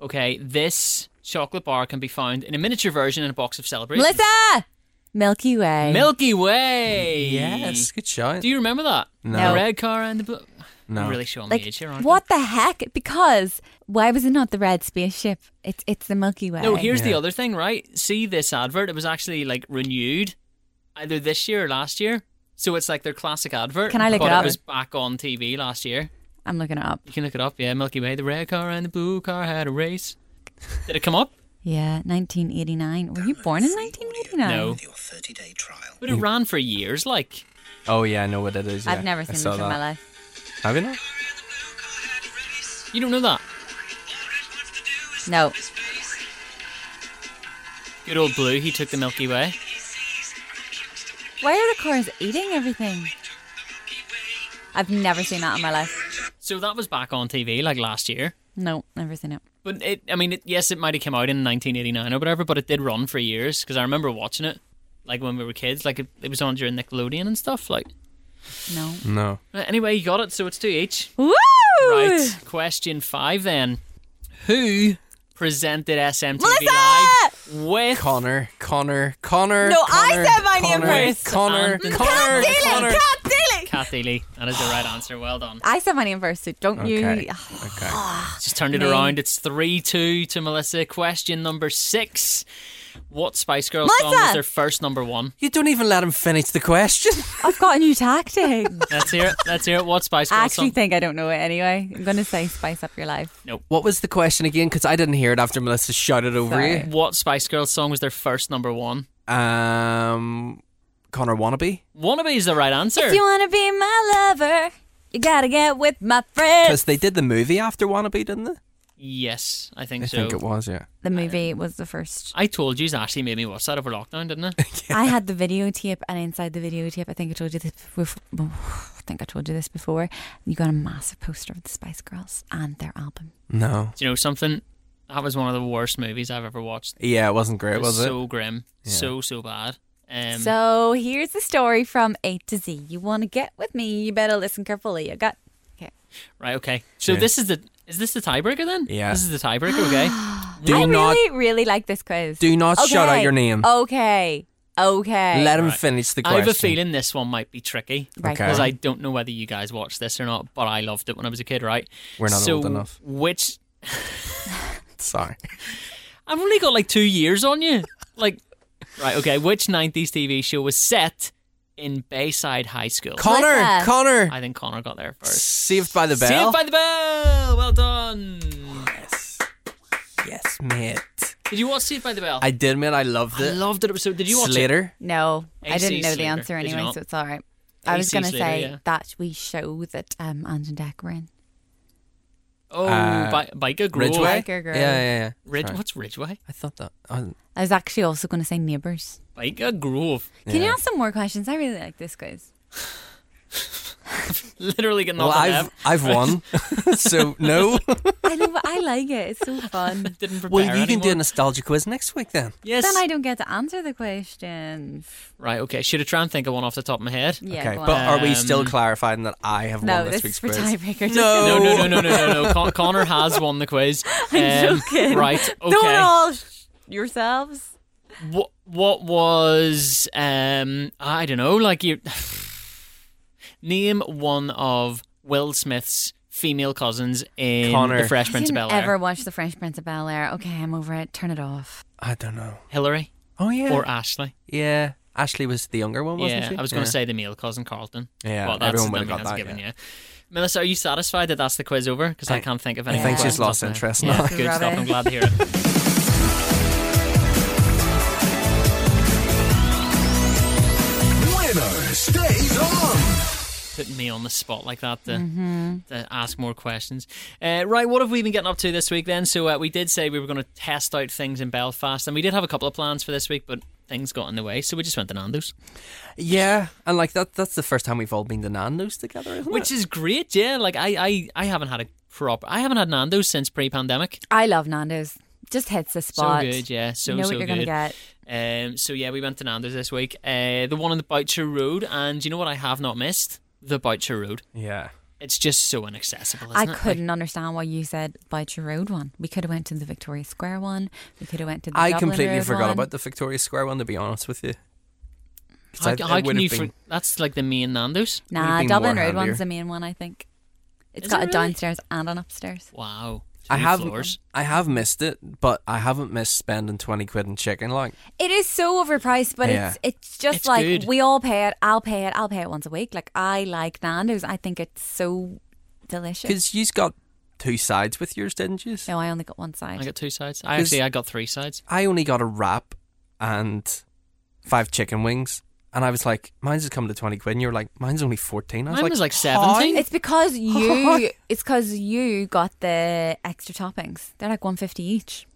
Speaker 1: Okay, this chocolate bar can be found in a miniature version in a box of celebrations.
Speaker 2: Melissa! Milky Way.
Speaker 1: Milky Way.
Speaker 3: Yes, good shot.
Speaker 1: Do you remember that?
Speaker 3: No.
Speaker 1: The red car and the blue.
Speaker 3: no.
Speaker 1: I'm really showing my
Speaker 2: like,
Speaker 1: age here, aren't I?
Speaker 2: what the heck? Because why was it not the red spaceship? It's it's the Milky Way.
Speaker 1: No, here's the
Speaker 3: Yeah.
Speaker 1: other thing, right? See this advert? It was actually like renewed either this year or last year. So it's like their classic advert.
Speaker 2: Can I look
Speaker 1: but
Speaker 2: it up?
Speaker 1: was back on TV last year.
Speaker 2: I'm looking it up.
Speaker 1: You can look it up. Yeah, Milky Way, the red car and the blue car had a race. Did it come up?
Speaker 2: Yeah, 1989. Were you born in 1989?
Speaker 1: No.
Speaker 4: Your 30 day trial.
Speaker 1: But it ran for years. Like,
Speaker 3: Oh yeah, I know what it is.
Speaker 2: I've
Speaker 3: yeah.
Speaker 2: never
Speaker 3: I
Speaker 2: seen this
Speaker 3: saw
Speaker 2: in
Speaker 3: that.
Speaker 2: my life.
Speaker 3: Have you not?
Speaker 1: you don't know that.
Speaker 2: No.
Speaker 1: Good old Blue, he took the Milky Way.
Speaker 2: Why are the cars eating everything? I've never seen that in my life.
Speaker 1: So that was back on TV like last year.
Speaker 2: No, never seen it.
Speaker 1: But it, I mean, it, yes, it might have come out in 1989 or whatever, but it did run for years because I remember watching it, like when we were kids, like it, it was on during Nickelodeon and stuff. Like,
Speaker 2: No.
Speaker 3: No.
Speaker 1: Right, anyway, you got it, so it's two each.
Speaker 2: Woo!
Speaker 1: Right, question five then. Who presented SMTV
Speaker 2: Melissa!
Speaker 1: Live with
Speaker 3: Connor, Connor, Connor.
Speaker 2: No, I
Speaker 3: Connor,
Speaker 2: said my name
Speaker 3: Connor,
Speaker 2: first.
Speaker 3: Connor,
Speaker 1: Anthony.
Speaker 3: Connor,
Speaker 1: Can't
Speaker 2: Dealing!
Speaker 3: Connor.
Speaker 2: Cat dealing!
Speaker 1: Kathy Lee? That is the right answer. Well done.
Speaker 2: I said my name first, so don't
Speaker 3: Okay.
Speaker 2: you.
Speaker 3: Okay.
Speaker 2: Ah,
Speaker 1: Just turned it
Speaker 2: Me.
Speaker 1: around. It's 3 2 to Melissa. Question number six. What Spice Girls song
Speaker 2: Melissa!
Speaker 1: was their first number one?
Speaker 3: You don't even let him finish the question.
Speaker 2: I've got a new tactic.
Speaker 1: Let's hear it. Let's hear it. What Spice Girls
Speaker 2: I actually
Speaker 1: song?
Speaker 2: think I don't know it anyway. I'm going to say spice up your life.
Speaker 3: what was the question again? Because I didn't hear it after Melissa shouted over
Speaker 2: Sorry.
Speaker 1: what Spice Girls song was their first number one?
Speaker 3: you. Um, Connor wannabe.
Speaker 1: Wannabe is the right answer.
Speaker 2: If you want to be my lover, you got to get with my friends.
Speaker 3: Because they did the movie after wannabe, didn't they?
Speaker 1: Yes, I think
Speaker 3: I
Speaker 1: so.
Speaker 3: think it was, yeah.
Speaker 2: The movie was the first.
Speaker 1: I told you, Ashley made me watch that over lockdown, didn't I?
Speaker 2: I had the videotape, and inside the videotape, I think I told you this before. I think I told you this before. You got a massive poster of the Spice Girls and their album.
Speaker 3: No.
Speaker 1: Do you know something? That was one of the worst movies I've ever watched.
Speaker 3: Yeah, it wasn't great,
Speaker 1: It was
Speaker 3: was it?
Speaker 1: so grim, so so bad. Um,
Speaker 2: so here's the story from A to Z. You want to get with me? You better listen carefully. You got
Speaker 1: right, okay. So
Speaker 3: Yeah.
Speaker 1: this is the is this the tiebreaker then?
Speaker 3: Yeah.
Speaker 1: this is the tiebreaker. Okay,
Speaker 3: Do
Speaker 2: I
Speaker 3: not
Speaker 2: really, really like this quiz.
Speaker 3: do not shout out
Speaker 2: Okay,
Speaker 3: your name.
Speaker 2: Okay. Okay.
Speaker 3: Let him
Speaker 1: Right.
Speaker 3: finish the
Speaker 1: I
Speaker 3: question.
Speaker 1: have a feeling this one might be tricky
Speaker 2: right.
Speaker 3: Okay.
Speaker 1: because I don't know whether you guys watched this or not, but I loved it when I was a kid. Right,
Speaker 3: We're not
Speaker 1: so
Speaker 3: old enough.
Speaker 1: Which
Speaker 3: Sorry.
Speaker 1: I've only got like two years on you. Like, right, okay. Which '90s TV show was set in Bayside High School?
Speaker 3: Connor,
Speaker 2: Melissa.
Speaker 3: Connor.
Speaker 1: I think Connor got there first.
Speaker 3: Saved by the
Speaker 1: Saved
Speaker 3: bell.
Speaker 1: by the Bell. Well done.
Speaker 3: yes. Yes, mate.
Speaker 1: Did you watch Saved by the Bell?
Speaker 3: I did, mate. I loved
Speaker 1: I
Speaker 3: it.
Speaker 1: loved it. So did you watch it?
Speaker 3: Slater.
Speaker 2: No, I
Speaker 1: AC
Speaker 2: didn't know the
Speaker 1: Slater,
Speaker 2: answer
Speaker 1: did you
Speaker 2: anyway,
Speaker 1: not?
Speaker 2: so it's all right. I was
Speaker 1: AC
Speaker 2: going to
Speaker 1: Slater,
Speaker 2: say
Speaker 1: yeah.
Speaker 2: that we show that um, Ange and Deck were in.
Speaker 1: Oh,
Speaker 3: Uh,
Speaker 1: Bi- Biker Grove.
Speaker 3: Ridgeway.
Speaker 2: Biker
Speaker 3: Yeah,
Speaker 2: Grove.
Speaker 3: yeah, yeah.
Speaker 1: Ridge-
Speaker 3: Sorry.
Speaker 1: what's Ridgeway?
Speaker 3: I thought that. I,
Speaker 2: I was actually also going to say Neighbours.
Speaker 1: Biker Grove.
Speaker 2: Can you
Speaker 3: Yeah.
Speaker 2: ask some more questions? I really like this quiz.
Speaker 1: Literally getting
Speaker 3: well,
Speaker 1: off the
Speaker 3: I've
Speaker 1: left.
Speaker 3: I've won, so no.
Speaker 2: I know, but I like it. It's so fun.
Speaker 1: Didn't prepare
Speaker 3: well, you can do a
Speaker 1: anymore.
Speaker 3: nostalgia quiz next week then.
Speaker 1: Yes.
Speaker 2: then I don't get to answer the questions.
Speaker 1: Right, okay. Should I try and think of one off the top of my head?
Speaker 2: Yeah,
Speaker 3: okay,
Speaker 2: go
Speaker 3: but
Speaker 2: on.
Speaker 3: are we still
Speaker 1: Um,
Speaker 3: clarifying that I have
Speaker 2: no,
Speaker 3: won this,
Speaker 2: this is
Speaker 3: week's
Speaker 2: for
Speaker 3: quiz?
Speaker 2: tiebreakers.
Speaker 1: No,
Speaker 3: No.
Speaker 1: no, no, no, no, no, no. Con- Connor has won the quiz. Um,
Speaker 2: joking.
Speaker 1: Right, okay.
Speaker 2: Don't all sh- yourselves.
Speaker 1: what what was um I don't know like you name one of Will Smith's female cousins in
Speaker 3: Connor.
Speaker 1: The Fresh
Speaker 2: I
Speaker 1: Prince of
Speaker 2: didn't
Speaker 1: Bel Air.
Speaker 2: ever watch The French Prince of Bel Air. Okay, I'm over it. Turn it off.
Speaker 3: I don't know.
Speaker 1: Hillary
Speaker 3: Oh yeah,
Speaker 1: or Ashley?
Speaker 3: yeah. Ashley was the younger one, wasn't
Speaker 1: yeah,
Speaker 3: she?
Speaker 1: I was going to say the male cousin Carlton.
Speaker 3: Yeah,
Speaker 1: well, that's
Speaker 3: everyone
Speaker 1: I
Speaker 3: would've
Speaker 1: mean,
Speaker 3: got
Speaker 1: that's
Speaker 3: that,
Speaker 1: given,
Speaker 3: yeah.
Speaker 1: yeah. Melissa, are you satisfied that that's the quiz over? Because I,
Speaker 3: I-
Speaker 1: can't think of
Speaker 3: I
Speaker 1: anything.
Speaker 2: think she's
Speaker 1: else
Speaker 3: lost
Speaker 1: off now.
Speaker 3: interest
Speaker 1: Yeah,
Speaker 3: now.
Speaker 1: good stuff. I'm
Speaker 2: Rubbish.
Speaker 1: glad to hear it.
Speaker 4: Winner stays on.
Speaker 1: Putting me on the spot like that to,
Speaker 2: Mm-hmm.
Speaker 1: to ask more questions. Uh, right, what have we been getting up to this week then? So uh, we did say we were going to test out things in Belfast, and we did have a couple of plans for this week, but things got in the way, so we just went to Nando's,
Speaker 3: Yeah, and like that—that's the first time we've all been to Nando's together, isn't
Speaker 1: which
Speaker 3: it?
Speaker 1: is great. Yeah, like I, I, I haven't had a proper, I haven't had Nando's since pre-pandemic.
Speaker 2: I love Nando's. Just hits the
Speaker 1: So
Speaker 2: spot.
Speaker 1: good, yeah, so
Speaker 2: you know
Speaker 1: so
Speaker 2: what you're
Speaker 1: good.
Speaker 2: gonna get.
Speaker 1: Um, so yeah, we went to Nando's this week. Uh, the one on the Boucher Road, and you know what I have not missed? The Boucher Road.
Speaker 3: Yeah.
Speaker 1: It's just so inaccessible.
Speaker 2: I
Speaker 1: Isn't it?
Speaker 2: couldn't understand why you said Boucher Road one. We could have went to the Victoria Square one. We could have went to the
Speaker 3: I
Speaker 2: Dublin
Speaker 3: completely
Speaker 2: Road
Speaker 3: forgot
Speaker 2: one.
Speaker 3: about the Victoria Square one. To be honest with you, 'Cause
Speaker 1: Like,
Speaker 3: I-
Speaker 1: how,
Speaker 3: it
Speaker 1: how can
Speaker 3: would've
Speaker 1: you?
Speaker 3: been-
Speaker 1: For, that's like the main Nando's.
Speaker 2: Nah,
Speaker 3: been
Speaker 2: Dublin
Speaker 3: more
Speaker 2: Road
Speaker 3: handier.
Speaker 2: one's the main one. I think it's
Speaker 1: Is it
Speaker 2: got a
Speaker 1: really?
Speaker 2: downstairs and an upstairs.
Speaker 1: Wow.
Speaker 3: I
Speaker 1: Two
Speaker 3: have
Speaker 1: floors.
Speaker 3: I have missed it, but I haven't missed spending twenty quid in chicken. Like,
Speaker 2: It is so overpriced, but
Speaker 3: Yeah.
Speaker 2: it's it's just
Speaker 1: It's
Speaker 2: like
Speaker 1: good.
Speaker 2: we all pay it. I'll pay it. I'll pay it once a week. Like I like Nando's. I think it's so delicious.
Speaker 3: because you've got two sides with yours, didn't you?
Speaker 2: No, I only got one side.
Speaker 1: I got two sides. I
Speaker 3: 'Cause-
Speaker 1: actually I got three sides.
Speaker 3: I only got a wrap and five chicken wings, and I was like, "Mine's has come to twenty quid." And you were like, "Mine's only 14 I was
Speaker 1: Mine
Speaker 3: like,
Speaker 1: was like
Speaker 3: "Huh?"
Speaker 1: seventeen.
Speaker 2: It's because you. it's because you got the extra toppings. They're like one fifty each,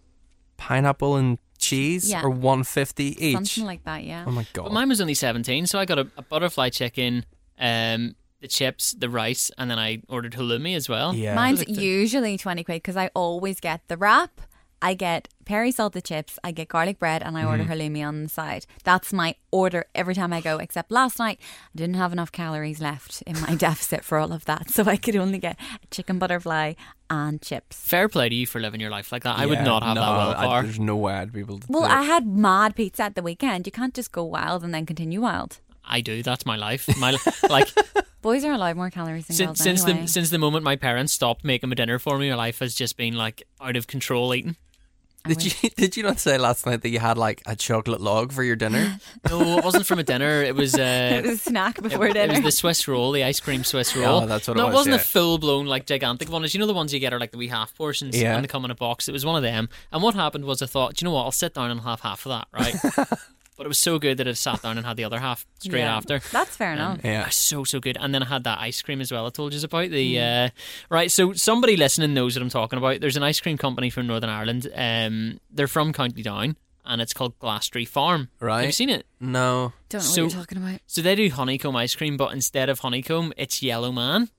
Speaker 3: Pineapple and cheese,
Speaker 2: Yeah.
Speaker 3: or one fifty each.
Speaker 2: something like that. Yeah.
Speaker 3: oh my god!
Speaker 1: But mine was only seventeen, so I got a, a butterfly chicken, um, the chips, the rice, and then I ordered halloumi as well.
Speaker 3: yeah,
Speaker 2: Mine's usually twenty quid because I always get the wrap. I get peri salted chips. I get garlic bread, and I
Speaker 1: Mm-hmm.
Speaker 2: order halloumi on the side. That's my order every time I go. Except last night, I didn't have enough calories left in my deficit for all of that, so I could only get a chicken butterfly and chips.
Speaker 1: Fair play to you for living your life like that. I would
Speaker 3: Yeah,
Speaker 1: not have
Speaker 3: no,
Speaker 1: that well
Speaker 3: I-
Speaker 1: far.
Speaker 3: There's no way I'd be able to.
Speaker 2: Well,
Speaker 3: do it.
Speaker 2: I had mad pizza at the weekend. You can't just go wild and then continue wild.
Speaker 1: I do. That's my life. My li- like
Speaker 2: Boys are allowed more calories than
Speaker 1: since
Speaker 2: girls
Speaker 1: since
Speaker 2: anyway.
Speaker 1: the since the moment my parents stopped making my dinner for me, my life has just been like out of control eating.
Speaker 3: Did you did you not say last night that you had like a chocolate log for your dinner?
Speaker 1: No, it wasn't from a dinner. It was. Uh,
Speaker 2: it was a snack
Speaker 1: it-
Speaker 2: before
Speaker 1: it
Speaker 2: dinner.
Speaker 1: was the Swiss roll, the ice cream Swiss roll.
Speaker 3: Oh, that's what it
Speaker 1: no,
Speaker 3: was,
Speaker 1: it wasn't
Speaker 3: yeah.
Speaker 1: a full blown like gigantic one. As you know, the ones you get are like the wee half portions,
Speaker 3: Yeah.
Speaker 1: and they come in a box. It was one of them. And what happened was, I thought, Do you know what? I'll sit down and I'll have half of that, right? But it was so good that I sat down and had the other half straight
Speaker 2: Yeah.
Speaker 1: after. Um,
Speaker 2: That's fair enough.
Speaker 3: Yeah.
Speaker 1: So so good, and then I had that ice cream as well. I told you about the
Speaker 2: Mm.
Speaker 1: uh, right. So somebody listening knows what I'm talking about. There's an ice cream company from Northern Ireland. Um, they're from County Down, and it's called Glastree Farm. Have you
Speaker 3: Right.
Speaker 1: seen it?
Speaker 3: No.
Speaker 2: Don't know
Speaker 1: So-
Speaker 2: what you're talking about.
Speaker 1: So they do honeycomb ice cream, but instead of honeycomb, it's Yellow Man.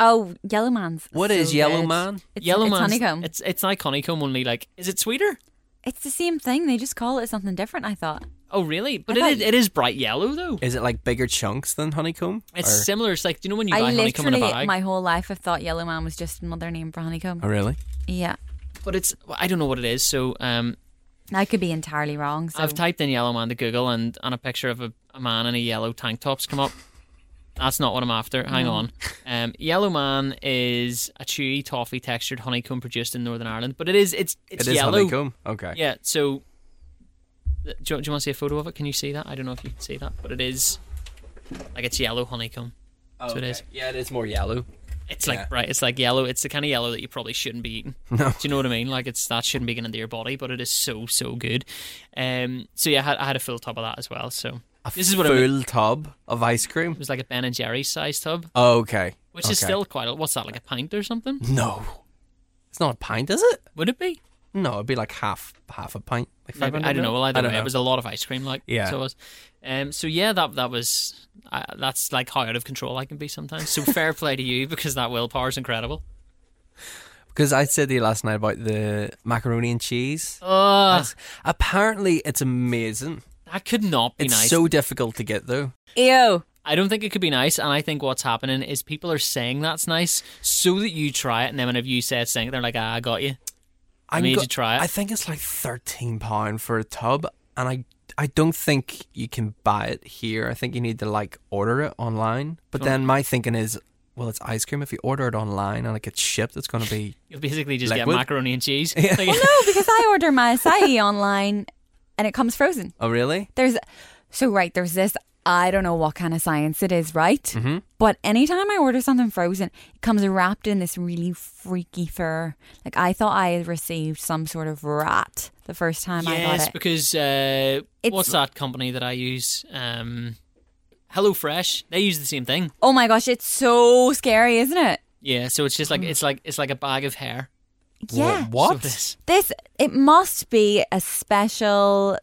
Speaker 2: Oh, Yellow Man's.
Speaker 3: What
Speaker 2: so
Speaker 3: is Yellow
Speaker 2: good.
Speaker 3: Man?
Speaker 2: It's,
Speaker 1: Yellow
Speaker 2: it's
Speaker 1: Man's-
Speaker 2: honeycomb. It's,
Speaker 1: It's it's like honeycomb only. Like, is it sweeter?
Speaker 2: the same thing. They just call it something different. I thought.
Speaker 1: Oh really? But
Speaker 2: I
Speaker 1: it,
Speaker 2: thought-
Speaker 1: is- it is bright yellow though.
Speaker 3: Is it like bigger chunks than honeycomb?
Speaker 1: It's
Speaker 3: Or-
Speaker 1: similar. It's like do you know when you buy
Speaker 2: I
Speaker 1: honeycomb in a
Speaker 2: literally
Speaker 1: bag?
Speaker 2: my whole life have thought Yellow Man was just another name for honeycomb.
Speaker 3: oh, really?
Speaker 2: Yeah,
Speaker 1: But it's I don't know what it is. So um,
Speaker 2: I could be entirely wrong. So
Speaker 1: I've typed in yellow man to Google and, and a picture of a, a man in a yellow tank top's come up. That's not what I'm after. Hang on. Um, yellow man is a chewy toffee textured honeycomb produced in Northern Ireland, but it is it's it's
Speaker 3: It is
Speaker 1: yellow.
Speaker 3: honeycomb. Okay.
Speaker 1: Yeah. So th- do you, do you want to see a photo of it? Can you see that? I don't know if you can see that, but it is like it's yellow honeycomb.
Speaker 3: Oh,
Speaker 1: So it is.
Speaker 3: Yeah, it is more yellow.
Speaker 1: It's like
Speaker 3: Yeah.
Speaker 1: bright. It's like yellow. It's the kind of yellow that you probably shouldn't be eating.
Speaker 3: No.
Speaker 1: Do you know what I mean? Like it's that shouldn't be getting into your body, but it is so so good. Um. So yeah, I had, I had a full tub of that as well. So this is what I mean.
Speaker 3: full tub of ice
Speaker 1: It
Speaker 3: cream.
Speaker 1: was like a Ben and Jerry's size tub,
Speaker 3: Oh, okay.
Speaker 1: which is
Speaker 3: Okay.
Speaker 1: still quite. A, what's that like a pint or something?
Speaker 3: no. It's not a pint, is it?
Speaker 1: Would it be?
Speaker 3: No, it'd be like half half a pint. Like
Speaker 1: Maybe-
Speaker 3: 500
Speaker 1: I don't know. Well, I don't, know. It was a lot of ice cream, like
Speaker 3: Yeah.
Speaker 1: So it was. Um. So yeah, that that was. Uh, that's like how out of control I can be sometimes. So fair play to you because that willpower is incredible.
Speaker 3: Because I said to you last night about the macaroni and cheese.
Speaker 1: Uh,
Speaker 3: Apparently, it's amazing.
Speaker 1: that could not be
Speaker 3: It's
Speaker 1: nice.
Speaker 3: so difficult to get though.
Speaker 2: ew.
Speaker 1: I don't think it could be nice, and I think what's happening is people are saying that's nice so that you try it, and then whenever you say it's saying it, they're like, ah, I got you.
Speaker 3: I
Speaker 1: made you try it.
Speaker 3: I think it's like thirteen pound for a tub, and I I don't think you can buy it here. I think you need to like order it online. But
Speaker 1: Don't-
Speaker 3: then my thinking is, well, it's ice cream. If you order it online and it gets shipped, it's gonna be
Speaker 1: You'll basically just
Speaker 3: Liquid?
Speaker 1: get macaroni and cheese. Like-
Speaker 2: No, because I order my acai online, and it comes frozen.
Speaker 3: oh really?
Speaker 2: There's so right. There's this. I don't know what kind of science it is, right? Mm-hmm. But anytime I order something frozen, it comes wrapped in this really freaky fur. Like I thought I had received some sort of rat the first time I
Speaker 1: yes,
Speaker 2: got it.
Speaker 1: because uh,
Speaker 2: It's-
Speaker 1: what's that company that I use? Um, HelloFresh. They use the same thing.
Speaker 2: Oh my gosh, it's so scary, isn't it?
Speaker 1: Yeah, so it's just
Speaker 2: Hmm.
Speaker 1: like it's like it's like a bag of hair.
Speaker 2: Yeah.
Speaker 3: Wha- What?
Speaker 1: So this
Speaker 2: This it must be a special.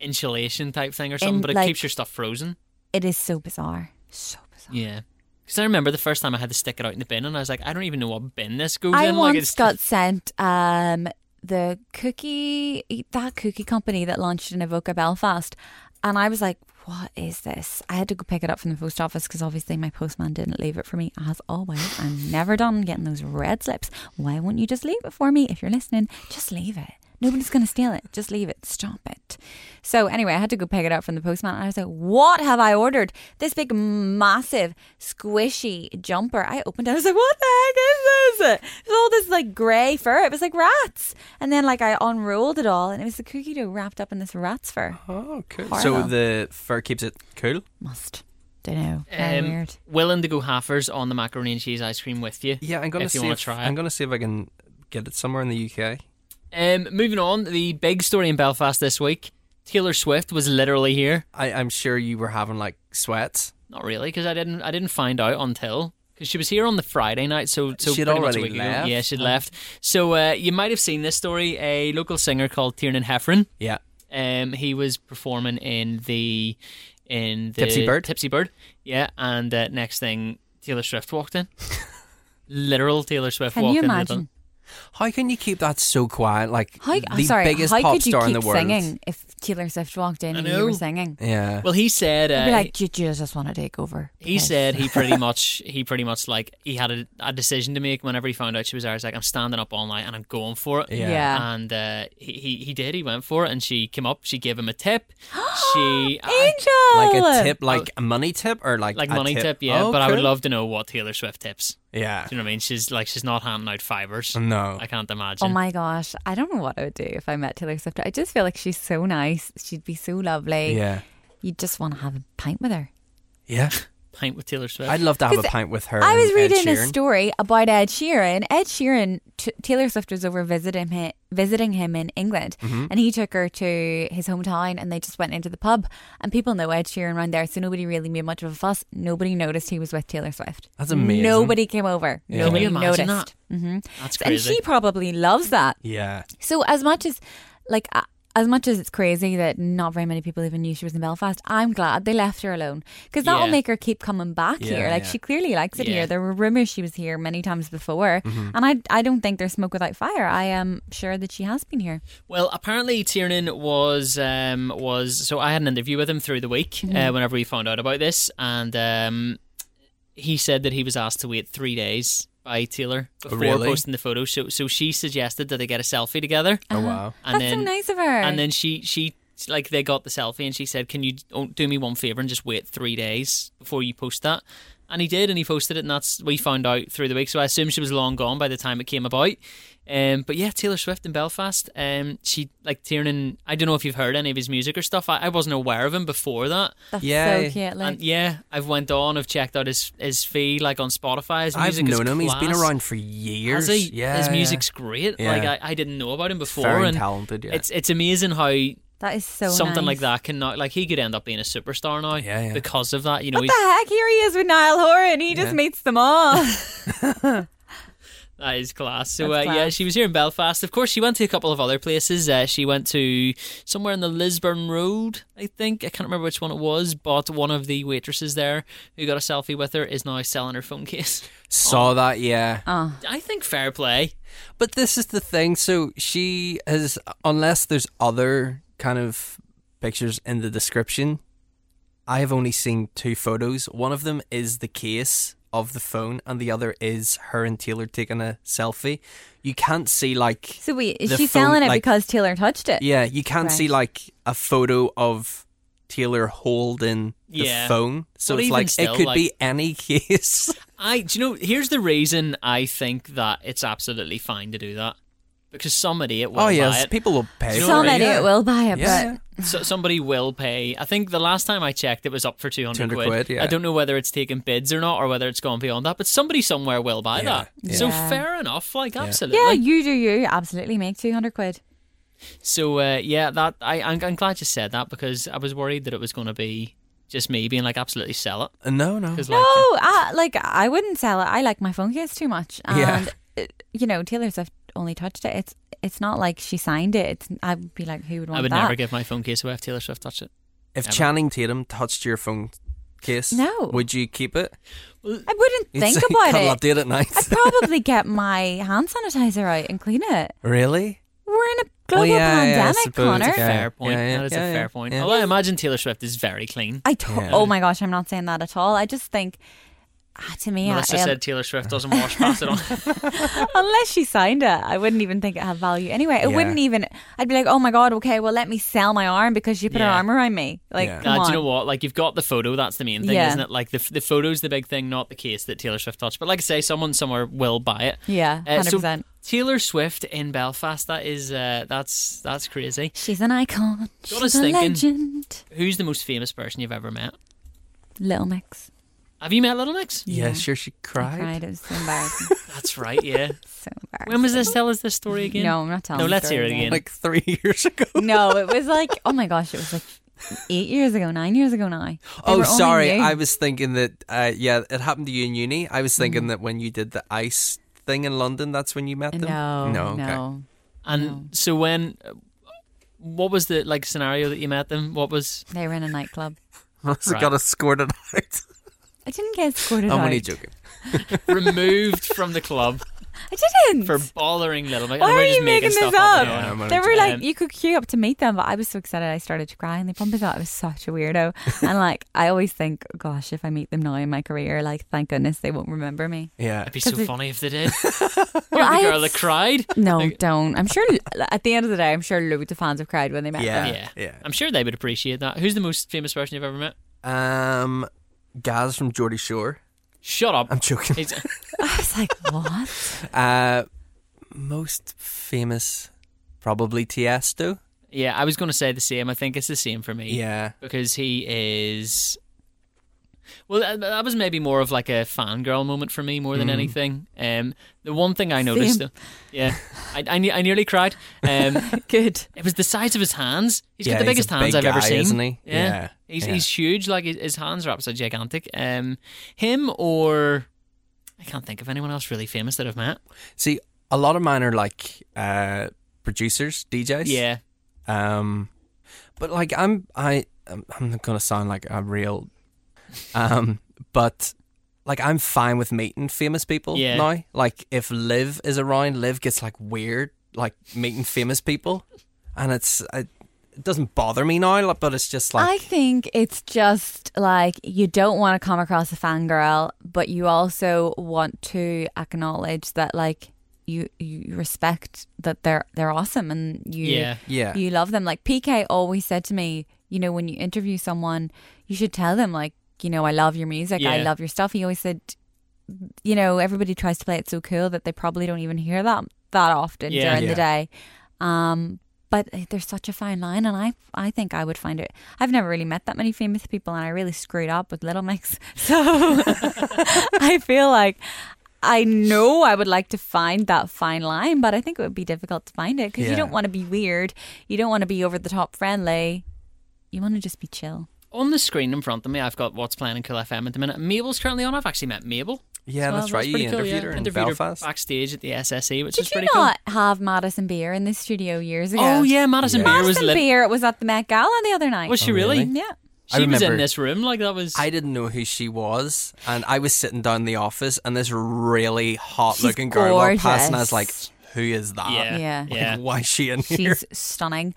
Speaker 1: insulation type thing or something,
Speaker 2: And,
Speaker 1: but it
Speaker 2: like-
Speaker 1: keeps your stuff frozen.
Speaker 2: It is so bizarre. So bizarre.
Speaker 1: Yeah. Because I remember the first time I had to stick it out in the bin, and I was like, I don't even know what bin this goes
Speaker 2: I
Speaker 1: in. like
Speaker 2: once
Speaker 1: it's
Speaker 2: got sent um, the cookie that cookie company that launched in Evoca Belfast, and I was like, "What is this?" I had to go pick it up from the post office because obviously my postman didn't leave it for me. As always, I'm never done getting those red slips. Why won't you just leave it for me? If you're listening, just leave it. Nobody's going to steal it. Just leave it. Stop it. So, anyway, I had to go pick it up from the postman. And I was like, what have I ordered? This big, massive, squishy jumper. I opened it. I was like, what the heck is this? It was all this like grey fur. It was like rats. And then, like, I unrolled it all and it was the cookie dough wrapped up in this rat's fur.
Speaker 3: Oh, cool. So
Speaker 2: Horrible.
Speaker 3: the fur keeps it cool.
Speaker 2: Must. Don't know. Very
Speaker 1: um,
Speaker 2: Oh, weird.
Speaker 1: willing to go halfers on the macaroni and cheese ice cream with you.
Speaker 3: Yeah, I'm gonna
Speaker 1: If
Speaker 3: see
Speaker 1: you wanna
Speaker 3: if,
Speaker 1: try it.
Speaker 3: I'm gonna see if I can get it somewhere in the UK.
Speaker 1: Um, moving on, the big story in Belfast this week: Taylor Swift was literally here.
Speaker 3: I, I'm sure you were having like sweats.
Speaker 1: Not really, because I didn't. I didn't find out until because she was here on the Friday night. So, so
Speaker 3: She'd
Speaker 1: pretty much a
Speaker 3: already
Speaker 1: week ago.
Speaker 3: left. Oh.
Speaker 1: Yeah, she'd left. So uh, you might have seen this story. A local singer called Tiernan Heffron.
Speaker 3: Yeah.
Speaker 1: Um, he was performing in the in the
Speaker 3: Tipsy Bird?
Speaker 1: Tipsy Bird. Yeah, and uh, next thing, Taylor Swift walked in. Literal Taylor Swift
Speaker 2: Can
Speaker 1: walked
Speaker 2: you
Speaker 1: in.
Speaker 2: imagine?
Speaker 3: How can you keep that so quiet? Like
Speaker 2: How,
Speaker 3: the
Speaker 2: I'm sorry.
Speaker 3: biggest
Speaker 2: how
Speaker 3: pop
Speaker 2: could you
Speaker 3: star
Speaker 2: keep
Speaker 3: in the world. Uh,
Speaker 2: singing if Taylor Swift walked in
Speaker 1: I
Speaker 2: and you were
Speaker 1: know.
Speaker 2: singing?
Speaker 3: Yeah.
Speaker 1: Well, he said
Speaker 2: I'd be
Speaker 1: uh,
Speaker 2: like, "Do you just want to take over?"
Speaker 1: He
Speaker 2: Yes.
Speaker 1: said he pretty much he pretty much like he had a, a decision to make whenever he found out she was there. He's like, I'm standing up all night and I'm going for it.
Speaker 3: Yeah.
Speaker 2: Yeah.
Speaker 1: And uh, he, he he did. He went for it, and she came up. She gave him a tip. she I-
Speaker 2: Angel,
Speaker 3: like a tip, like a money tip, or like
Speaker 1: uh, oh. like
Speaker 3: a
Speaker 1: money tip, yeah. but I would love to know what Taylor Swift tips.
Speaker 3: Yeah.
Speaker 1: Do you know what I mean? She's like she's not handing out fivers.
Speaker 3: No.
Speaker 1: I can't imagine.
Speaker 2: Oh my gosh, I don't know what I would do if I met Taylor Swift. I just feel like she's so nice. She'd be so lovely.
Speaker 3: Yeah.
Speaker 2: You'd just want to have a pint with her.
Speaker 3: Yeah.
Speaker 1: pint with Taylor Swift.
Speaker 3: I'd love to have a
Speaker 2: 'Cause
Speaker 3: pint with her.
Speaker 2: I was
Speaker 3: and Ed
Speaker 2: reading a
Speaker 3: Sheeran.
Speaker 2: story about Ed Sheeran. Ed Sheeran, t- Taylor Swift was over visiting him, visiting him in England,
Speaker 3: Mm-hmm.
Speaker 2: and he took her to his hometown, and they just went into the pub. And people know Ed Sheeran around there, so nobody really made much of a fuss. Nobody noticed he was with Taylor Swift.
Speaker 3: That's amazing.
Speaker 2: Nobody came over.
Speaker 3: Yeah.
Speaker 2: Nobody
Speaker 1: Can you imagine
Speaker 2: noticed. hmm
Speaker 1: That's
Speaker 2: And
Speaker 1: crazy.
Speaker 2: she probably loves that.
Speaker 3: Yeah.
Speaker 2: So as much as like a- as much as it's crazy that not very many people even knew she was in Belfast, I'm glad they left her alone because that'll
Speaker 1: Yeah.
Speaker 2: make her keep coming back here.
Speaker 3: Yeah,
Speaker 2: Like
Speaker 3: yeah.
Speaker 2: she clearly likes
Speaker 1: Yeah.
Speaker 2: it
Speaker 1: Mm-hmm.
Speaker 2: here. There were rumors she was here many times before, and I I don't think there's smoke without fire. I am sure that she has been here.
Speaker 1: Well, apparently Tiernan was um, was so I had an interview with him through the week
Speaker 2: Mm-hmm.
Speaker 1: uh, whenever we found out about this, and um, he said that he was asked to wait three days by Taylor before
Speaker 3: really?
Speaker 1: posting the photo. So so she suggested that they get a selfie together,
Speaker 3: Oh wow.
Speaker 1: and
Speaker 2: That's
Speaker 1: then
Speaker 2: so nice of her.
Speaker 1: and then she she like they got the selfie and she said, "Can you oh, do me one favor and just wait three days before you post that?" And he did, and he posted it, and that's we found out through the week. So I assume she was long gone by the time it came about. Um, but yeah, Taylor Swift in Belfast. Um, she like Tiernan. I don't know if you've heard any of his music or stuff. I, I wasn't aware of him before that.
Speaker 2: That's
Speaker 3: Yeah.
Speaker 2: so cute. Like
Speaker 1: and yeah, I've went on. I've checked out his his feed like on Spotify. His
Speaker 3: I've
Speaker 1: music is
Speaker 3: known him. He's been
Speaker 1: class.
Speaker 3: around for years.
Speaker 1: Has he?
Speaker 3: Yeah.
Speaker 1: his
Speaker 3: yeah.
Speaker 1: music's great.
Speaker 3: Yeah.
Speaker 1: Like I, I didn't know about him before.
Speaker 3: Very
Speaker 1: and
Speaker 3: talented. Yeah.
Speaker 1: It's it's amazing how
Speaker 2: that is so
Speaker 1: something
Speaker 2: nice.
Speaker 1: like that can not like he could end up being a superstar now
Speaker 3: Yeah, yeah.
Speaker 1: because of that. You know,
Speaker 2: What the heck? Here he is with Niall Horan. He
Speaker 3: Yeah.
Speaker 2: just meets them all.
Speaker 1: he- that is class. So uh,
Speaker 2: That's
Speaker 1: yeah,
Speaker 2: class.
Speaker 1: she was here in Belfast. Of course, she went to a couple of other places. Uh, she went to somewhere in the Lisburn Road, I think. I can't remember which one it was, but one of the waitresses there who got a selfie with her is now selling her phone case.
Speaker 3: Saw that. Yeah.
Speaker 1: I think fair play.
Speaker 3: But this is the thing. So she has, unless there's other kind of pictures in the description, I have only seen two photos. One of them is the case of the phone, and the other is her and Taylor taking a selfie. You can't see like,
Speaker 2: so wait, is
Speaker 3: The
Speaker 2: she
Speaker 3: phone,
Speaker 2: selling it
Speaker 3: like-
Speaker 2: because Taylor touched it?
Speaker 3: yeah, you can't see
Speaker 2: Right.
Speaker 3: like a photo of Taylor holding the
Speaker 1: Yeah.
Speaker 3: phone. So
Speaker 1: But
Speaker 3: it's
Speaker 1: even
Speaker 3: like
Speaker 1: still,
Speaker 3: it could
Speaker 1: like-
Speaker 3: be any case.
Speaker 1: I do you know here's the reason I think that it's absolutely fine to do that because some idiot will
Speaker 3: oh
Speaker 1: buy
Speaker 3: yes,
Speaker 1: it.
Speaker 3: people will pay.
Speaker 1: You know
Speaker 2: Some
Speaker 1: what I mean?
Speaker 2: idiot will buy it, but
Speaker 3: Yeah.
Speaker 1: so, somebody will pay. I think the last time I checked, it was up for 200,
Speaker 3: 200 quid, yeah.
Speaker 1: I don't know whether it's taken bids or not, or whether it's gone beyond that, but somebody somewhere will buy
Speaker 3: Yeah,
Speaker 1: that.
Speaker 3: yeah.
Speaker 1: So
Speaker 2: Yeah.
Speaker 1: fair enough, like absolutely.
Speaker 2: Yeah, you do you. Absolutely make 200 quid.
Speaker 1: So uh, yeah, that I I'm, I'm glad you said that because I was worried that it was going to be just me being like absolutely sell it
Speaker 3: Uh, No, no.
Speaker 1: because
Speaker 2: No,
Speaker 1: like
Speaker 2: I, like, I wouldn't sell it. I like my phone case too much. And,
Speaker 3: Yeah.
Speaker 2: uh, you know, Taylor Swift only touched it. It's it's not like she signed it. It's, I'd be like, who would want
Speaker 1: I would
Speaker 2: that?
Speaker 1: never give my phone case away if Taylor Swift touched it.
Speaker 3: If
Speaker 1: Never.
Speaker 3: Channing Tatum touched your phone case,
Speaker 2: No.
Speaker 3: would you keep it?
Speaker 2: I wouldn't
Speaker 3: You'd
Speaker 2: think
Speaker 3: say,
Speaker 2: about
Speaker 3: "Cuddle
Speaker 2: it.
Speaker 3: up to it at night.
Speaker 2: I'd probably get my hand sanitizer out and clean it.
Speaker 3: really?
Speaker 2: We're in a global
Speaker 3: yeah, yeah, I
Speaker 2: pandemic,
Speaker 3: suppose,
Speaker 2: Connor.
Speaker 3: okay. Yeah,
Speaker 1: Fair point.
Speaker 3: yeah, yeah,
Speaker 1: that is a
Speaker 3: yeah,
Speaker 1: fair
Speaker 3: yeah,
Speaker 1: point.
Speaker 3: yeah.
Speaker 1: Although I imagine Taylor Swift is very clean.
Speaker 2: I to-
Speaker 3: Yeah.
Speaker 2: Oh my gosh, I'm not saying that at all. I just think, ah, to me, I,
Speaker 1: Melissa
Speaker 2: um,
Speaker 1: said Taylor Swift doesn't wash past it on.
Speaker 2: Unless she signed it, I wouldn't even think it had value. Anyway, it
Speaker 3: Yeah.
Speaker 2: wouldn't even. I'd be like, oh my god, okay, well let me sell my arm because you put an
Speaker 1: Yeah.
Speaker 2: arm around me. Like,
Speaker 3: Yeah.
Speaker 2: come
Speaker 1: Nah,
Speaker 2: on.
Speaker 1: do you know what? Like, you've got the photo. That's the main thing,
Speaker 2: Yeah.
Speaker 1: isn't it? Like, the, f- the photo's the big thing, not the case that Taylor Swift touched. But like I say, someone somewhere will buy it.
Speaker 2: Yeah,
Speaker 1: Uh,
Speaker 2: hundred
Speaker 1: so
Speaker 2: percent.
Speaker 1: Taylor Swift in Belfast. That is, uh, that's that's crazy.
Speaker 2: She's an icon.
Speaker 1: what I was
Speaker 2: She's a
Speaker 1: thinking.
Speaker 2: legend.
Speaker 1: Who's the most famous person you've ever met?
Speaker 2: Little Mix.
Speaker 1: Have you met Little Mix?
Speaker 3: Yeah,
Speaker 2: Yeah.
Speaker 3: sure. She
Speaker 2: I
Speaker 3: cried.
Speaker 2: cried. It was so embarrassing.
Speaker 1: That's right. Yeah.
Speaker 2: so embarrassing.
Speaker 1: when was this? Tell us this story again.
Speaker 2: No, I'm not telling.
Speaker 1: No,
Speaker 2: the
Speaker 1: let's
Speaker 2: story
Speaker 1: hear it again.
Speaker 3: Like three years ago.
Speaker 2: no, it was like oh my gosh, it was like eight years ago, nine years ago now. They
Speaker 3: oh,
Speaker 2: were only
Speaker 3: sorry.
Speaker 2: new.
Speaker 3: I was thinking that. Uh, yeah, it happened to you in uni. I was
Speaker 2: Mm-hmm.
Speaker 3: thinking that when you did the ice thing in London, that's when you met them.
Speaker 2: No,
Speaker 3: no,
Speaker 2: no,
Speaker 3: okay.
Speaker 1: And
Speaker 2: No.
Speaker 1: so when, what was the like scenario that you met them? What was?
Speaker 2: They were in a nightclub.
Speaker 3: Must have
Speaker 1: Right.
Speaker 3: got escorted out.
Speaker 2: I didn't get escorted
Speaker 3: I'm
Speaker 2: out.
Speaker 3: only joking.
Speaker 1: removed from the club
Speaker 2: I didn't.
Speaker 1: for bothering Little Mix.
Speaker 2: Why
Speaker 1: and we're
Speaker 2: are
Speaker 1: just
Speaker 2: you
Speaker 1: making,
Speaker 2: making
Speaker 1: stuff
Speaker 2: this
Speaker 1: up?
Speaker 2: up?
Speaker 1: Yeah.
Speaker 3: I'm only
Speaker 2: They were
Speaker 3: joking.
Speaker 2: like,
Speaker 1: Um,
Speaker 2: you could queue up to meet them, but I was so excited I started to cry, and they probably thought I was such a weirdo. and like, I always think, gosh, if I meet them now in my career, like, thank goodness they won't remember me.
Speaker 3: Yeah.
Speaker 1: It'd be so
Speaker 2: they-
Speaker 1: funny if they did.
Speaker 2: Well,
Speaker 1: the
Speaker 2: I
Speaker 1: girl
Speaker 2: had
Speaker 1: that cried.
Speaker 2: No, don't. I'm sure. At the end of the day, I'm sure loads of fans have cried when they met
Speaker 3: Yeah.
Speaker 2: them.
Speaker 1: Yeah.
Speaker 3: yeah.
Speaker 1: I'm sure they would appreciate that. Who's the most famous person you've ever met?
Speaker 3: Um, Gaz from Geordie Shore.
Speaker 1: Shut up.
Speaker 3: I'm joking.
Speaker 1: It's-
Speaker 2: I was like, what?
Speaker 3: Uh, most famous, probably Tiesto.
Speaker 1: yeah, I was going to say the same. I think it's the same for me.
Speaker 3: Yeah.
Speaker 1: Because he is. Well, uh, that was maybe more of like a fangirl moment for me
Speaker 3: Mm.
Speaker 1: more than anything. Um, the one thing I noticed,
Speaker 2: Same.
Speaker 1: though, yeah, I, I, ne- I nearly cried. Um,
Speaker 2: Good.
Speaker 1: it was the size of his hands. He's
Speaker 3: Yeah,
Speaker 1: got the
Speaker 3: he's a
Speaker 1: biggest hands
Speaker 3: big
Speaker 1: I've ever
Speaker 3: guy,
Speaker 1: seen,
Speaker 3: isn't he?
Speaker 1: Yeah,
Speaker 3: Yeah,
Speaker 1: He's,
Speaker 3: yeah.
Speaker 1: he's huge. Like his- his hands are absolutely gigantic. Um, him or I can't think of anyone else really famous that I've met.
Speaker 3: See, a lot of mine are like uh, producers, DJs.
Speaker 1: Yeah,
Speaker 3: Um, but like I'm, I, I'm I'm not gonna sound like a real, um, but like I'm fine with meeting famous people
Speaker 1: Yeah.
Speaker 3: now. Like if Liv is around, Liv gets like weird, like meeting famous people, and it's it, it doesn't bother me now. like, But it's just like
Speaker 2: I think it's just like you don't want to come across a fangirl, but you also want to acknowledge that like you you respect that they're they're awesome and you
Speaker 1: yeah,
Speaker 3: yeah,
Speaker 2: you love them. Like PK always said to me, you know, when you interview someone, you should tell them like, you know, I love your music, I
Speaker 1: Yeah.
Speaker 2: love your stuff. He always said, you know, everybody tries to play it so cool that they probably don't even hear that that often
Speaker 1: Yeah.
Speaker 2: during
Speaker 3: Yeah.
Speaker 2: the day. Um, but there's such a fine line, and I I think I would find it. I've never really met that many famous people, and I really screwed up with Little Mix, so I feel like. I know I would like to find that fine line, but I think it would be difficult to find it because
Speaker 3: Yeah.
Speaker 2: you don't want to be weird. You don't want to be over the top friendly. You want to just be chill.
Speaker 1: On the screen in front of me, I've got what's playing in Cool FM at the minute. Mabel's currently on. I've actually met Mabel.
Speaker 3: yeah.
Speaker 1: Well,
Speaker 3: That's right. You
Speaker 1: pretty cool,
Speaker 3: interviewed her in
Speaker 1: Interviewed
Speaker 3: Belfast.
Speaker 1: backstage at the SSE, which
Speaker 2: Did
Speaker 1: is
Speaker 2: you
Speaker 1: pretty
Speaker 2: not have Madison Beer in this studio years ago?
Speaker 1: cool. Oh yeah, Madison
Speaker 3: Yeah.
Speaker 1: Beer
Speaker 2: Madison
Speaker 1: was lit.
Speaker 2: Beer. It was at the Met Gala the other night.
Speaker 1: Was she
Speaker 3: Oh,
Speaker 1: really?
Speaker 3: really?
Speaker 2: yeah.
Speaker 1: She
Speaker 3: I
Speaker 1: was in
Speaker 3: remember-
Speaker 1: this room. Like that was.
Speaker 3: I didn't know who she was, and I was sitting down in the office, and this really hot-looking girl walked past, and I was like,
Speaker 2: gorgeous.
Speaker 3: "Who is that?
Speaker 1: yeah,
Speaker 2: Yeah.
Speaker 1: yeah,
Speaker 3: Like,
Speaker 1: yeah.
Speaker 3: why is she in here?"
Speaker 2: She's stunning.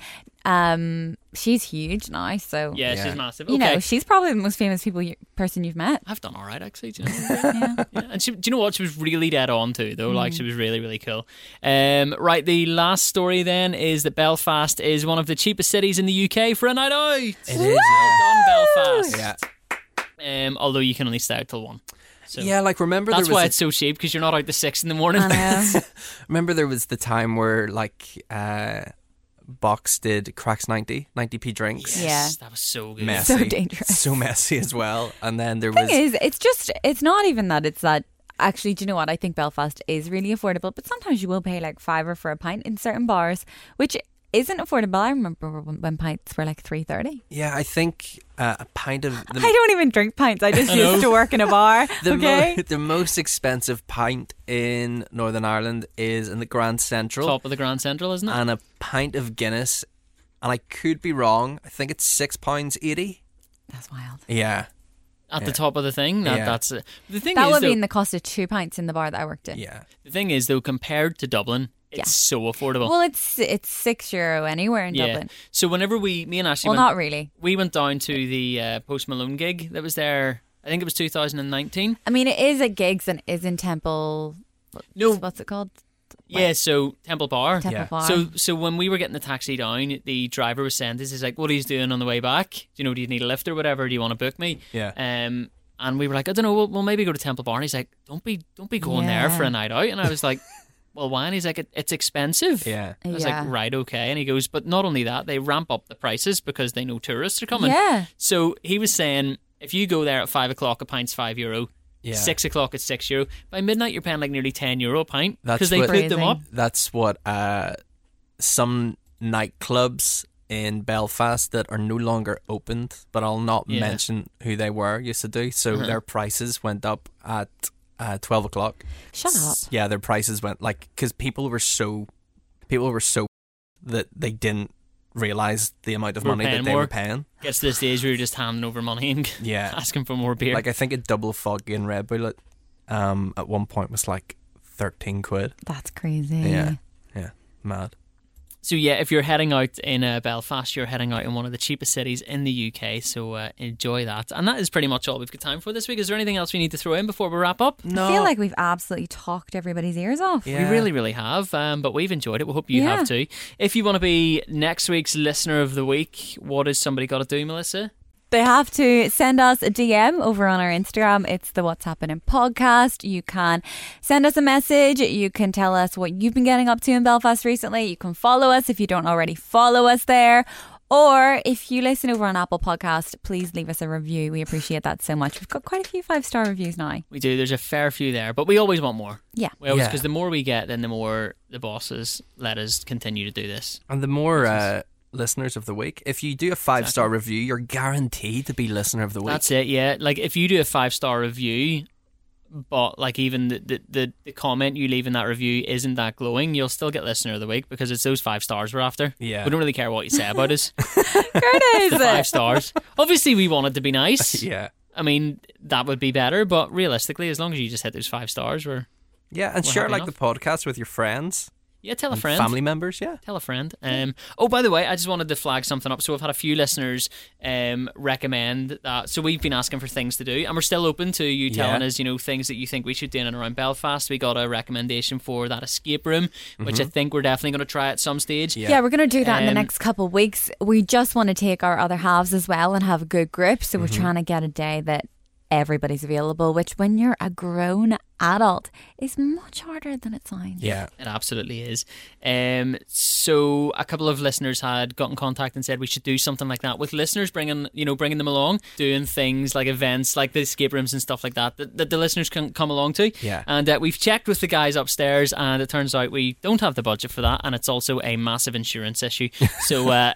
Speaker 2: Um, she's huge now. So
Speaker 1: She's massive. Okay.
Speaker 2: you know, she's probably the most famous people you, person you've met.
Speaker 1: I've done all right actually. Do you know? yeah. And she, do you know what? She was really dead on too, though. Like she was really, really cool. Um, right. The last story then is that Belfast is one of the cheapest cities in the UK for a night out.
Speaker 3: It is, yeah.
Speaker 1: Well done, Belfast.
Speaker 3: Yeah.
Speaker 1: Um, although you can only stay out till one. So
Speaker 3: Yeah, like remember
Speaker 1: That's
Speaker 3: there
Speaker 1: why
Speaker 3: was
Speaker 1: it's so cheap because you're not out to six in the morning.
Speaker 2: I know.
Speaker 3: the- remember there was the time where like uh Box did cracks 90, 90p drinks.
Speaker 1: Yes, That was so good.
Speaker 3: Messy.
Speaker 2: So dangerous.
Speaker 3: So messy as well. And then there
Speaker 2: thing
Speaker 3: was
Speaker 2: is, it's just it's not even that it's that. Actually, do you know what? I think Belfast is really affordable, but sometimes you will pay like fiver for a pint in certain bars, which isn't affordable. I remember when, when pints were like three thirty.
Speaker 3: Yeah, I think uh, a pint of
Speaker 2: I
Speaker 3: the
Speaker 2: don't even drink pints. I just used to work in a bar.
Speaker 3: the, mo-
Speaker 2: okay,
Speaker 3: the most expensive pint in Northern Ireland is in the Grand Central
Speaker 1: Top of the Grand Central, isn't it?
Speaker 3: and a pint of Guinness and I could be wrong. I think it's six pounds eighty.
Speaker 2: that's wild.
Speaker 3: Yeah.
Speaker 1: At the top of the thing. That,
Speaker 3: Yeah.
Speaker 1: That's it. the thing.
Speaker 2: That
Speaker 1: is
Speaker 2: would
Speaker 1: though-
Speaker 2: be in the cost of two pints in the bar that I worked in.
Speaker 3: Yeah.
Speaker 1: The thing is, though, compared to Dublin, it's
Speaker 2: Yeah.
Speaker 1: so affordable.
Speaker 2: Well, it's it's six euro anywhere in
Speaker 1: yeah.
Speaker 2: Dublin.
Speaker 1: So whenever we, me and Ashley,
Speaker 2: Well,
Speaker 1: went,
Speaker 2: not really.
Speaker 1: we went down to the uh, Post Malone gig that was there. I think it was 2019.
Speaker 2: I mean, it is at gigs and is in Temple.
Speaker 1: No.
Speaker 2: what's it called?
Speaker 1: Yeah. So Temple Bar.
Speaker 2: Temple
Speaker 3: Yeah.
Speaker 2: Bar.
Speaker 1: So so when we were getting the taxi down, the driver was saying this is like what he's doing on the way back. You know, do you need a lift or whatever? Do you want to book me?
Speaker 3: Yeah.
Speaker 1: Um. And we were like, I don't know. We'll, we'll maybe go to Temple Bar. And he's like, don't be don't be going there
Speaker 2: Yeah.
Speaker 1: for a night out. And I was like, well, why? And he's like, it, it's expensive.
Speaker 3: Yeah.
Speaker 1: I was
Speaker 2: Yeah.
Speaker 1: like, right, okay. And he goes, but not only that, they ramp up the prices because they know tourists are coming.
Speaker 2: Yeah.
Speaker 1: So he was saying, if you go there at five o'clock, a pint's five euro.
Speaker 3: Yeah.
Speaker 1: Six o'clock at six euro. By midnight, you're paying like nearly ten euro a pint
Speaker 3: That's
Speaker 1: because they
Speaker 3: what-
Speaker 1: put them up.
Speaker 3: That's what uh, some nightclubs in Belfast that are no longer opened, but I'll not
Speaker 1: Yeah. Uh-huh.
Speaker 3: mention who they were, used to do. So their prices went up at uh, 12 o'clock.
Speaker 2: Shut up.
Speaker 3: S- Yeah, their prices went like, because people were so, people were so that they didn't realize the amount of
Speaker 1: Were
Speaker 3: money that
Speaker 1: paying
Speaker 3: they
Speaker 1: more.
Speaker 3: were paying.
Speaker 1: Gets to the stage where you're just handing over money and
Speaker 3: Yeah.
Speaker 1: asking for more beer.
Speaker 3: like, I think a double foggy and Red Bull at, um, at one point was like 13 quid.
Speaker 2: That's crazy.
Speaker 3: Yeah. Yeah. Mad.
Speaker 1: so yeah, if you're heading out in uh, Belfast, you're heading out in one of the cheapest cities in the UK. So uh, enjoy that. And that is pretty much all we've got time for this week. Is there anything else we need to throw in before we wrap up?
Speaker 3: No.
Speaker 2: I feel like we've absolutely talked everybody's ears off.
Speaker 1: We really, really have, um, but we've enjoyed it. We hope you
Speaker 2: Yeah.
Speaker 1: have too. If you want to be next week's listener of the week, what has somebody got to do, Melissa?
Speaker 2: They have to send us a DM over on our Instagram. It's the What's Happening podcast. You can send us a message. You can tell us what you've been getting up to in Belfast recently. You can follow us if you don't already follow us there. Or if you listen over on Apple Podcast, please leave us a review. We appreciate that so much. We've got quite a few five star reviews now.
Speaker 1: We do. There's a fair few there, but we always want more.
Speaker 2: Yeah.
Speaker 1: We always
Speaker 3: Yeah.
Speaker 1: because the more we get, then the more the bosses let us continue to do this.
Speaker 3: And the more uh, listeners of the week, if you do a five star review, you're guaranteed to be listener of the week.
Speaker 1: That's it. Yeah. Like if you do a five star review, but like even the, the the the comment you leave in that review isn't that glowing, you'll still get listener of the week because it's those five stars we're after.
Speaker 3: Yeah.
Speaker 1: We don't really care what you say about us. the
Speaker 2: Curtis!
Speaker 1: five stars. Obviously, we want it to be nice.
Speaker 3: yeah.
Speaker 1: I mean, that would be better, but realistically, as long as you just hit those five stars, we're
Speaker 3: Yeah, and
Speaker 1: We're
Speaker 3: share
Speaker 1: happy
Speaker 3: like the podcast with your friends,
Speaker 1: yeah. Tell a
Speaker 3: and
Speaker 1: friend.
Speaker 3: family members. Yeah,
Speaker 1: Tell a friend. Um, oh, by the way, I just wanted to flag something up. So I've had a few listeners um, recommend that. So we've been asking for things to do, and we're still open to you telling
Speaker 3: Yeah.
Speaker 1: us, you know, things that you think we should do in and around Belfast. We got a recommendation for that escape room, which I think we're definitely going to try at some stage.
Speaker 2: Yeah, we're going to do that in the
Speaker 1: Um,
Speaker 2: next couple of weeks. We just want to take our other halves as well and have a good group. So we're trying to get a day that everybody's available, which when you're a grown adult is much harder than it sounds.
Speaker 3: yeah.
Speaker 1: It absolutely is. Um, so a couple of listeners had got in contact and said we should do something like that with listeners bringing you know bringing them along, doing things like events like the escape rooms and stuff like that that, that the listeners can come along to.
Speaker 3: Yeah.
Speaker 1: And uh, we've checked with the guys upstairs, and it turns out we don't have the budget for that, and it's also a massive insurance issue. So uh,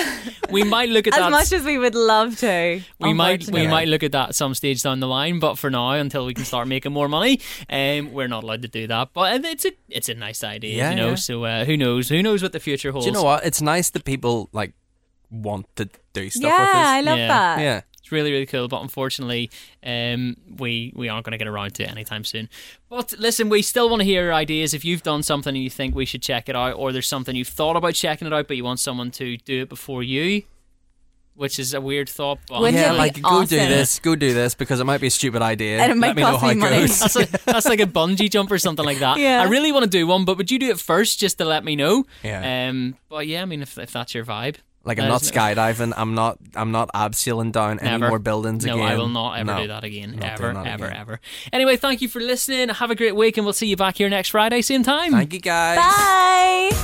Speaker 1: we might look at
Speaker 2: As
Speaker 1: that.
Speaker 2: much as we would love to,
Speaker 1: we might we
Speaker 2: unfortunately.
Speaker 1: might look at that at some stage down the line, but for now, until we can start making more money, um, we're not allowed to do that. But it's a it's a nice idea,
Speaker 3: Yeah,
Speaker 1: you know.
Speaker 3: yeah.
Speaker 1: So uh, who knows? Who knows what the future holds?
Speaker 3: Do you know what? It's nice that people like want to do stuff
Speaker 2: Yeah, I
Speaker 3: with us.
Speaker 2: love
Speaker 1: Yeah.
Speaker 2: that.
Speaker 3: yeah,
Speaker 1: It's really really cool, but unfortunately, um, we we aren't going to get around to it anytime soon. But listen, we still want to hear your ideas. If you've done something and you think we should check it out, or there's something you've thought about checking it out, but you want someone to do it before you, which is a weird thought. But
Speaker 2: Wouldn't
Speaker 3: yeah.
Speaker 2: it be
Speaker 3: Like, go do
Speaker 2: awesome?
Speaker 3: this, go do this, because it might be a stupid idea.
Speaker 2: And it might
Speaker 3: Let me know
Speaker 2: cost
Speaker 3: how
Speaker 2: me
Speaker 3: it
Speaker 2: money.
Speaker 3: goes.
Speaker 1: That's like, that's like a bungee jump or something like that.
Speaker 2: Yeah.
Speaker 1: I really want to do one, but would you do it first just to let me know?
Speaker 3: Yeah.
Speaker 1: Um, but yeah, I mean, if, if that's your vibe.
Speaker 3: Like I'm
Speaker 1: Uh,
Speaker 3: not
Speaker 1: isn't it-
Speaker 3: skydiving. I'm not. I'm not abseiling down any
Speaker 1: Never.
Speaker 3: more buildings
Speaker 1: No,
Speaker 3: again.
Speaker 1: I will not ever
Speaker 3: No.
Speaker 1: do that again.
Speaker 3: Not
Speaker 1: Ever,
Speaker 3: doing that
Speaker 1: ever,
Speaker 3: again.
Speaker 1: ever. Anyway, thank you for listening. Have a great week, and we'll see you back here next Friday, same time.
Speaker 3: Thank you guys.
Speaker 2: Bye.